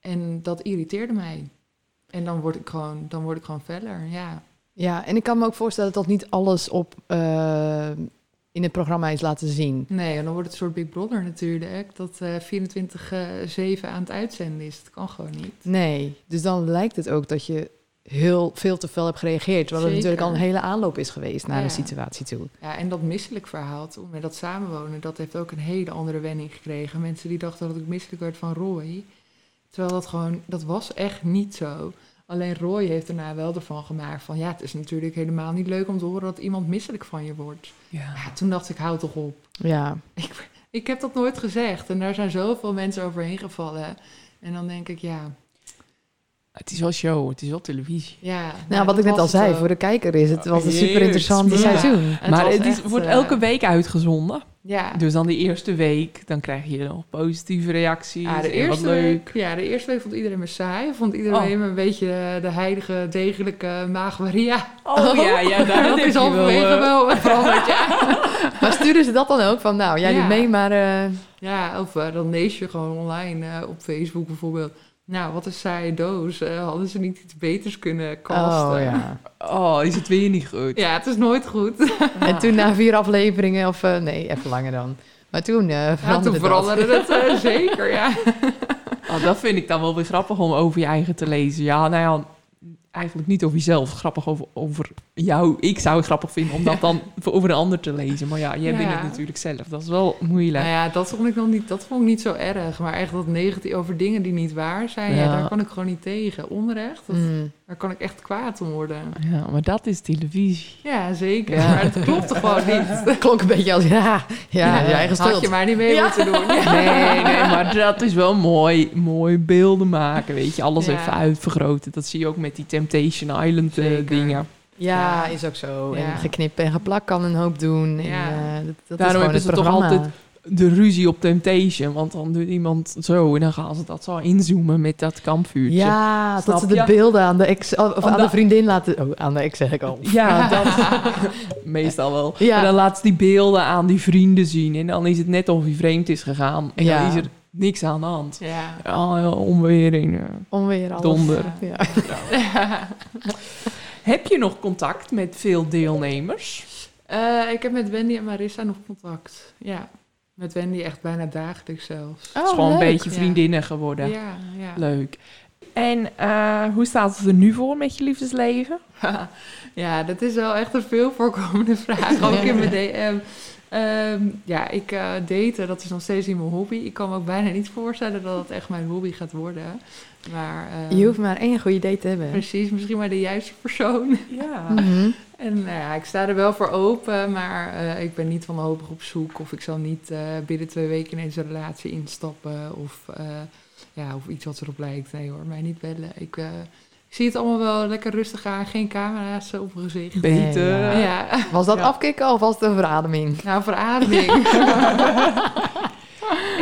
[SPEAKER 5] En dat irriteerde mij. En dan word ik gewoon, dan word ik gewoon feller, ja.
[SPEAKER 2] Ja, en ik kan me ook voorstellen dat niet alles op, eh, in het programma is laten zien.
[SPEAKER 5] Nee, en dan wordt het een soort Big Brother natuurlijk. Dat eh 24-7 aan het uitzenden is. Dat kan gewoon niet.
[SPEAKER 2] Nee, dus dan lijkt het ook dat je heel veel te veel hebt gereageerd. Terwijl het
[SPEAKER 5] Zeker.
[SPEAKER 2] natuurlijk al een hele aanloop is geweest naar
[SPEAKER 5] Ja.
[SPEAKER 2] de situatie toe.
[SPEAKER 5] Ja, en dat misselijk verhaal toen met dat samenwonen, dat heeft ook een hele andere wending gekregen. Mensen die dachten dat ik misselijk werd van Roy. Terwijl dat gewoon, dat was echt niet zo. Alleen Roy heeft daarna wel ervan gemaakt van ja, het is natuurlijk helemaal niet leuk om te horen dat iemand misselijk van je wordt.
[SPEAKER 4] Ja.
[SPEAKER 5] Ja, toen dacht ik, hou toch op.
[SPEAKER 2] Ja,
[SPEAKER 5] Ik heb dat nooit gezegd en daar zijn zoveel mensen overheen gevallen. En dan denk ik, ja,
[SPEAKER 4] Het is wel show, het is wel televisie.
[SPEAKER 5] ja.
[SPEAKER 2] nou wat ik net al zei, voor de kijker is het was een super interessante
[SPEAKER 4] Jezus, ja.
[SPEAKER 2] seizoen.
[SPEAKER 4] maar het is, wordt elke week uitgezonden.
[SPEAKER 5] eh, Ja.
[SPEAKER 4] Dus dan die eerste week, dan krijg je nog positieve reacties.
[SPEAKER 5] Ja, de
[SPEAKER 4] en eh, wat
[SPEAKER 5] eerste
[SPEAKER 4] leuk.
[SPEAKER 5] week. Ja, de eerste week vond iedereen me saai. Vond iedereen
[SPEAKER 4] Oh.
[SPEAKER 5] me een beetje de heilige, degelijke maag
[SPEAKER 4] [LAUGHS]
[SPEAKER 5] Maria.
[SPEAKER 4] Oh ja,
[SPEAKER 5] [LAUGHS]
[SPEAKER 4] ja daar
[SPEAKER 5] dat
[SPEAKER 4] heb
[SPEAKER 5] is
[SPEAKER 4] je
[SPEAKER 5] al
[SPEAKER 4] wel,
[SPEAKER 5] vanwege
[SPEAKER 4] eh, [LAUGHS]
[SPEAKER 5] wel eh, veranderd, ja.
[SPEAKER 2] Maar sturen ze dat dan ook van, nou jij
[SPEAKER 5] Ja.
[SPEAKER 2] doet mee, maar eh,
[SPEAKER 5] Ja, of eh, dan lees je gewoon online eh, op Facebook bijvoorbeeld. Nou, wat een saaie doos. Eh, hadden ze niet iets beters kunnen casten?
[SPEAKER 2] oh ja.
[SPEAKER 4] Oh, is het weer niet goed?
[SPEAKER 5] Ja, het is nooit goed.
[SPEAKER 2] En toen na vier afleveringen of eh, nee, even langer dan. Maar toen eh
[SPEAKER 5] Ja,
[SPEAKER 2] veranderde
[SPEAKER 5] toen
[SPEAKER 2] dat.
[SPEAKER 5] veranderde het
[SPEAKER 4] [LAUGHS]
[SPEAKER 5] eh, zeker, ja.
[SPEAKER 4] Oh, dat vind ik dan wel weer grappig om over je eigen te lezen. Ja, nou ja, eigenlijk niet over jezelf. Grappig over, over jou. Ik zou het grappig vinden om dat
[SPEAKER 5] [LAUGHS]
[SPEAKER 4] dan voor- over een ander te lezen. Maar ja, jij bent
[SPEAKER 5] Ja.
[SPEAKER 4] het natuurlijk zelf. Dat is wel moeilijk.
[SPEAKER 5] Nou ja, dat vond ik dan niet, dat vond ik niet zo erg. Maar echt dat negatief over dingen die niet waar zijn, ja.
[SPEAKER 4] Ja.
[SPEAKER 5] daar kan ik gewoon niet tegen. Onrecht, dat,
[SPEAKER 2] Mm.
[SPEAKER 5] daar kan ik echt kwaad om worden.
[SPEAKER 4] Ja, maar dat is televisie.
[SPEAKER 5] Ja, zeker.
[SPEAKER 2] Ja.
[SPEAKER 5] Maar het klopt gewoon niet.
[SPEAKER 2] Klonk een beetje als, [LAUGHS] ja, ja, je eigen
[SPEAKER 5] Had
[SPEAKER 2] schuld.
[SPEAKER 5] je maar niet mee moeten doen. Ja.
[SPEAKER 4] Nee, nee, maar dat is wel mooi. Mooi beelden maken, weet je. Alles
[SPEAKER 5] Ja.
[SPEAKER 4] even uitvergroten. Dat zie je ook met die Temptation Island eh,
[SPEAKER 5] Zeker.
[SPEAKER 4] dingen.
[SPEAKER 2] Ja,
[SPEAKER 5] Ja.
[SPEAKER 2] is ook zo.
[SPEAKER 5] Ja.
[SPEAKER 2] En geknipt en geplakt kan een hoop doen. En,
[SPEAKER 5] Ja.
[SPEAKER 2] eh, dat, dat is
[SPEAKER 4] Daarom hebben
[SPEAKER 2] gewoon
[SPEAKER 4] ze
[SPEAKER 2] het
[SPEAKER 4] toch
[SPEAKER 2] programma.
[SPEAKER 4] altijd- De ruzie op Temptation. Want dan doet iemand zo en dan gaan ze dat zo inzoomen met dat kampvuurtje.
[SPEAKER 2] Ja,
[SPEAKER 4] Snap
[SPEAKER 2] dat ze de
[SPEAKER 4] je?
[SPEAKER 2] beelden aan de ex of aan de
[SPEAKER 4] Omdat-
[SPEAKER 2] vriendin laten... Oh, aan de ex zeg ik
[SPEAKER 4] [LAUGHS]
[SPEAKER 2] al.
[SPEAKER 5] [LAUGHS]
[SPEAKER 4] Ja, dat meestal wel.
[SPEAKER 2] Ja.
[SPEAKER 4] Maar dan laat ze die beelden aan die vrienden zien. En dan is het net of hij vreemd is gegaan. En
[SPEAKER 2] Ja.
[SPEAKER 4] dan is er niks aan de hand.
[SPEAKER 5] Ja.
[SPEAKER 4] Oh, ja, onweer in. eh.
[SPEAKER 2] Onweer alles.
[SPEAKER 4] Donder.
[SPEAKER 2] Ja.
[SPEAKER 4] Heb je nog contact met veel deelnemers?
[SPEAKER 5] Eh, ik heb met Wendy en Marissa nog contact. Ja. Met Wendy echt bijna dagelijks
[SPEAKER 2] Oh,
[SPEAKER 5] zelfs.
[SPEAKER 4] Het is gewoon een beetje
[SPEAKER 5] Oh, ja.
[SPEAKER 4] vriendinnen geworden.
[SPEAKER 5] Ja, ja.
[SPEAKER 4] Leuk. En eh, hoe staat het er nu voor met je liefdesleven?
[SPEAKER 5] ja, dat is wel echt een veel voorkomende vraag, ook in mijn DM. Ehm, ja, ik eh daten, dat is nog steeds niet mijn hobby. Ik kan me ook bijna niet voorstellen dat het echt mijn hobby gaat worden. Maar ehm,
[SPEAKER 4] eh,
[SPEAKER 2] Je hoeft maar één goede date te hebben.
[SPEAKER 5] precies, misschien maar de juiste persoon.
[SPEAKER 4] Ja.
[SPEAKER 2] Mhm.
[SPEAKER 5] En nou ja, ik sta er wel voor open, maar eh, ik ben niet van wanhopig op zoek. Of ik zal niet eh, binnen twee weken ineens een relatie instappen. Of, eh, ja, of iets wat erop lijkt. Nee hoor, mij niet bellen. Ik, eh, ik zie het allemaal wel lekker rustig aan. Geen camera's op mijn gezicht.
[SPEAKER 4] Beter. [LAUGHS]
[SPEAKER 2] Nee,
[SPEAKER 5] ja. [LAUGHS]
[SPEAKER 2] Was dat
[SPEAKER 4] Ja.
[SPEAKER 2] afkicken of was het een verademing?
[SPEAKER 5] Nou, verademing.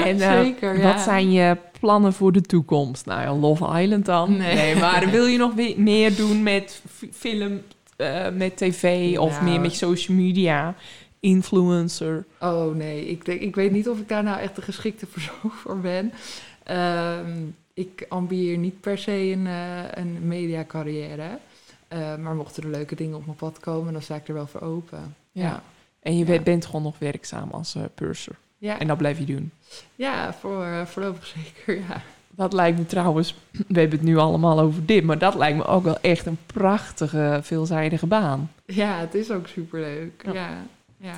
[SPEAKER 4] En eh,
[SPEAKER 5] Zeker, [LAUGHS] ja.
[SPEAKER 4] wat zijn je plannen voor de toekomst? Nou ja, Love Island dan. [LAUGHS]
[SPEAKER 5] Nee.
[SPEAKER 4] maar wil je nog we- meer doen met f- film, eh, met tv of
[SPEAKER 5] Nou.
[SPEAKER 4] meer met social media? Influencer.
[SPEAKER 5] Oh nee, ik, denk, ik weet niet of ik daar nou echt de geschikte persoon [LAUGHS] voor ben. Ehm, ik ambieer niet per se een, eh, een mediacarrière. Eh, maar mochten er leuke dingen op mijn pad komen, dan sta ik er wel voor open.
[SPEAKER 4] Ja. En je
[SPEAKER 5] Ja.
[SPEAKER 4] bent gewoon nog werkzaam als eh, purser.
[SPEAKER 5] Ja,
[SPEAKER 4] En dat blijf je doen.
[SPEAKER 5] ja voor, eh, voorlopig [LAUGHS] zeker, ja.
[SPEAKER 4] Dat lijkt me trouwens, [CLEARS THROAT] we hebben het nu allemaal over dit, maar dat lijkt me ook wel echt een prachtige, veelzijdige baan.
[SPEAKER 5] Ja, het is ook superleuk,
[SPEAKER 4] Ja.
[SPEAKER 5] ja. ja.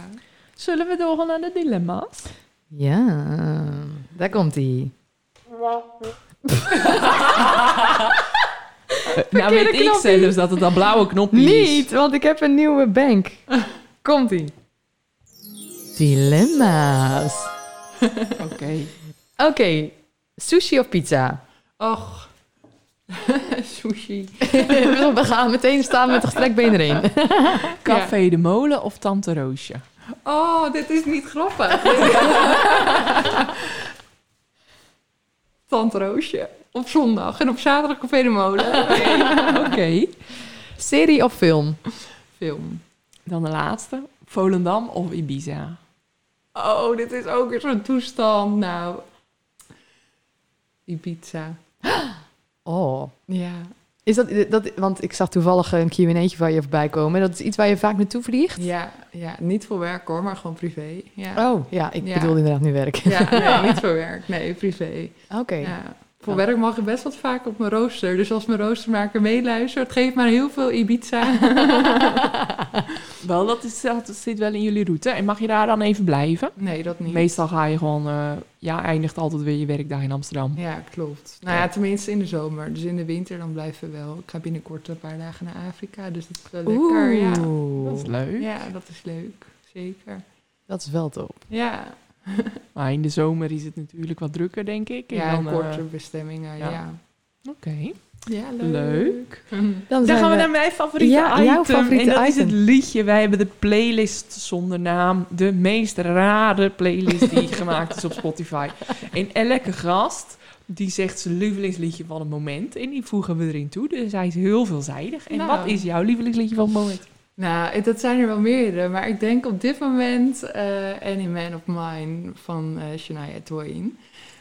[SPEAKER 4] Zullen we doorgaan naar de dilemma's?
[SPEAKER 2] Ja, daar komt hij.
[SPEAKER 4] nou weet ik
[SPEAKER 2] knopje.
[SPEAKER 4] zelfs dat het dat blauwe knopje is.
[SPEAKER 2] Niet, want ik heb een nieuwe
[SPEAKER 4] [LAUGHS]
[SPEAKER 2] bank. Komt ie. Dilemma's.
[SPEAKER 4] Oké.
[SPEAKER 2] Oké, sushi of
[SPEAKER 4] [LAUGHS]
[SPEAKER 2] pizza?
[SPEAKER 5] Och, sushi.
[SPEAKER 2] We gaan meteen staan met gestrekt been
[SPEAKER 4] [LAUGHS]
[SPEAKER 2] erin.
[SPEAKER 4] Café de Molen of Tante Roosje?
[SPEAKER 5] Oh, dit is niet grappig. Tante Roosje. Op zondag en op zaterdag Café de Molen.
[SPEAKER 4] Oké.
[SPEAKER 2] Serie of film?
[SPEAKER 5] Film.
[SPEAKER 4] Dan de laatste. Volendam of Ibiza?
[SPEAKER 5] Oh, dit is ook weer zo'n toestand. Nou. Ibiza.
[SPEAKER 2] Oh.
[SPEAKER 5] Ja.
[SPEAKER 2] Is dat, dat, want ik zag toevallig een Q&A'tje van je voorbij komen. Dat is iets waar je vaak naartoe vliegt?
[SPEAKER 5] Ja, ja, niet voor werk hoor, maar gewoon privé. Ja,
[SPEAKER 2] Oh, ja, ik
[SPEAKER 5] Ja.
[SPEAKER 2] bedoelde inderdaad nu werk.
[SPEAKER 5] ja nee, niet voor werk. Nee, privé.
[SPEAKER 2] Oké.
[SPEAKER 5] Ja. Voor werk mag ik best wat vaak op mijn rooster. Dus als mijn roostermaker meeluistert, geef maar heel veel Ibiza.
[SPEAKER 4] Wel, dat, is, dat zit wel in jullie route. En mag je daar dan even blijven?
[SPEAKER 5] Nee, dat niet.
[SPEAKER 4] Meestal ga je gewoon... eh, ja, eindigt altijd weer je werkdag in Amsterdam.
[SPEAKER 5] Ja, klopt. Nou ja, tenminste in de zomer. Dus in de winter dan blijven we wel. Ik ga binnenkort een paar dagen naar Afrika, dus dat is wel lekker. Ja.
[SPEAKER 4] Dat is
[SPEAKER 2] Oeh,
[SPEAKER 4] leuk.
[SPEAKER 5] ja, dat is leuk. Zeker.
[SPEAKER 2] dat is wel top.
[SPEAKER 5] Ja,
[SPEAKER 4] Maar in de zomer is het natuurlijk wat drukker, denk ik. En
[SPEAKER 5] ja
[SPEAKER 4] dan, eh,
[SPEAKER 5] korte bestemmingen,
[SPEAKER 4] ja.
[SPEAKER 5] ja. Ja,
[SPEAKER 4] Oké.
[SPEAKER 5] leuk. [LAUGHS]
[SPEAKER 4] Leuk.
[SPEAKER 2] Dan,
[SPEAKER 4] Dan
[SPEAKER 2] zijn
[SPEAKER 4] gaan we
[SPEAKER 2] we-
[SPEAKER 4] naar mijn favoriete
[SPEAKER 2] Ja,
[SPEAKER 4] item.
[SPEAKER 2] jouw favoriete
[SPEAKER 4] en dat is
[SPEAKER 2] item.
[SPEAKER 4] het liedje. Wij hebben de playlist zonder naam. De meest rare playlist die [LAUGHS] gemaakt is op Spotify. En elke gast die zegt zijn lievelingsliedje van het moment. En die voegen we erin toe. Dus hij is heel veelzijdig. En
[SPEAKER 5] Nou.
[SPEAKER 4] wat is jouw lievelingsliedje van het moment?
[SPEAKER 5] Nou, het- dat zijn er wel meerdere. Maar ik denk op dit moment eh Any Man of Mine van eh Shania Twain.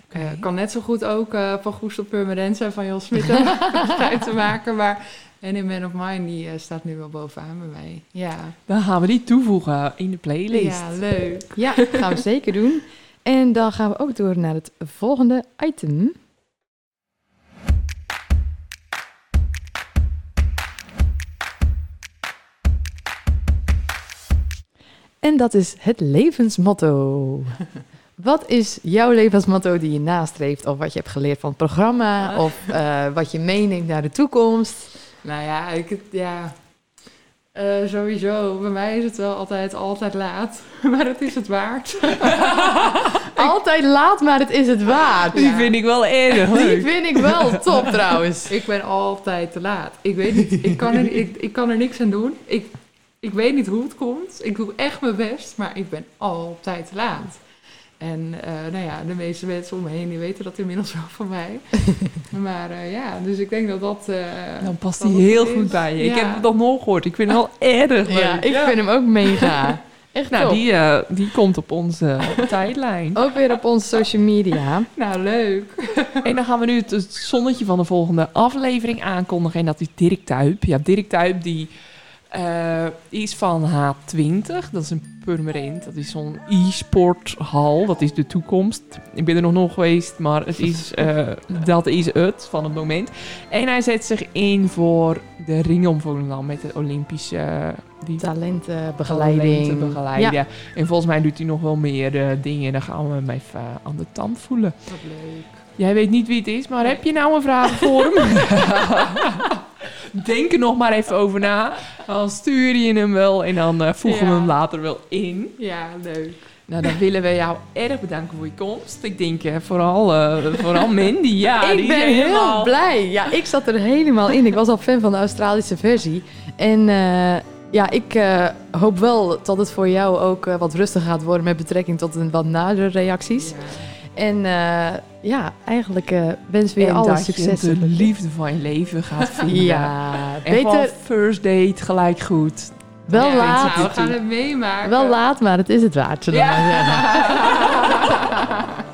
[SPEAKER 4] Oké.
[SPEAKER 5] Eh, kan net zo goed ook eh, van Goestel Purmerend zijn van Jos Smit
[SPEAKER 4] [LAUGHS]
[SPEAKER 5] tijd te maken. Maar Any Man of Mine die eh, staat nu wel bovenaan bij mij. Ja,
[SPEAKER 4] Dan gaan we die toevoegen in de playlist.
[SPEAKER 5] ja leuk.
[SPEAKER 2] Ja, gaan we zeker doen. En dan gaan we ook door naar het volgende item. En dat is het levensmotto. Wat is jouw levensmotto die je nastreeft? Of wat je hebt geleerd van het programma? Of eh, wat je meeneemt naar de toekomst?
[SPEAKER 5] Nou ja, ik, het- ja. Eh, sowieso. Bij mij is het wel altijd, altijd laat. [LAUGHS] maar het is het waard.
[SPEAKER 2] Altijd laat, maar het is het waard.
[SPEAKER 4] Die vind ik wel erg
[SPEAKER 2] Die
[SPEAKER 4] leuk.
[SPEAKER 2] vind ik wel top trouwens.
[SPEAKER 5] Ik ben altijd te laat. Ik weet niet, ik kan er, ik, ik kan er niks aan doen. Ik, ik weet niet hoe het komt. Ik doe echt mijn best, maar ik ben altijd te laat. En eh, nou ja, de meeste mensen om me heen die weten dat inmiddels wel van
[SPEAKER 2] [LAUGHS]
[SPEAKER 5] mij. maar eh, ja, dus ik denk dat dat... eh,
[SPEAKER 4] Dan past
[SPEAKER 5] dat
[SPEAKER 4] die
[SPEAKER 5] het
[SPEAKER 4] heel
[SPEAKER 5] is.
[SPEAKER 4] goed bij je. Ik
[SPEAKER 5] Ja.
[SPEAKER 4] heb het nog nooit gehoord. Ik vind het wel erg leuk.
[SPEAKER 2] Ja, ik vind hem ook mega. Echt
[SPEAKER 4] nou,
[SPEAKER 2] top.
[SPEAKER 4] die, eh, die komt op onze tijdlijn.
[SPEAKER 2] Ook weer op onze social media.
[SPEAKER 5] Nou, leuk.
[SPEAKER 4] En dan gaan we nu het, het zonnetje van de volgende aflevering aankondigen. En dat is Dirk Tuip. Ja, Dirk Tuip die eh, is van H20. Dat is een permanent. Dat is zo'n e-sporthal. Dat is de toekomst. Ik ben er nog nooit geweest, maar het is, eh, dat is het van het moment. En hij zet zich in voor de ring om Volendam met de Olympische eh, Die
[SPEAKER 2] Talentenbegeleiding.
[SPEAKER 4] talenten begeleiden. En volgens mij doet hij nog wel meer eh, dingen. Dan gaan we hem even eh, aan de tand voelen.
[SPEAKER 5] Wat leuk.
[SPEAKER 4] Jij weet niet wie het is, maar heb je nou een vraag voor hem? [LAUGHS] Denk er nog maar even over na. Dan stuur je hem wel en dan eh, voegen we
[SPEAKER 5] Ja.
[SPEAKER 4] hem later wel in.
[SPEAKER 5] Ja, leuk.
[SPEAKER 4] Nou, dan willen we jou erg bedanken voor je komst. Ik denk eh, vooral, eh, [LAUGHS] vooral Mandy. Ja,
[SPEAKER 2] ik
[SPEAKER 4] die
[SPEAKER 2] ben
[SPEAKER 4] is
[SPEAKER 2] heel
[SPEAKER 4] helemaal...
[SPEAKER 2] blij. Ja, ik zat er helemaal in. Ik was al fan van de Australische versie. En eh, ja, ik eh, hoop wel dat het voor jou ook eh, wat rustiger gaat worden met betrekking tot een wat nadere reacties. En eh, ja, eigenlijk eh, wens we je
[SPEAKER 4] En
[SPEAKER 2] alle
[SPEAKER 4] dat
[SPEAKER 2] succes.
[SPEAKER 4] je de liefde van je leven [LAUGHS] gaat vinden.
[SPEAKER 2] Ja,
[SPEAKER 4] En Beter.
[SPEAKER 2] beter
[SPEAKER 4] first date gelijk goed.
[SPEAKER 2] wel
[SPEAKER 4] Ja,
[SPEAKER 2] laat.
[SPEAKER 5] Nou, we gaan het meemaken.
[SPEAKER 2] Wel laat, maar het is het waard. zullen we maar zeggen.
[SPEAKER 5] [LAUGHS]
[SPEAKER 2] [LAUGHS]
[SPEAKER 4] Ja.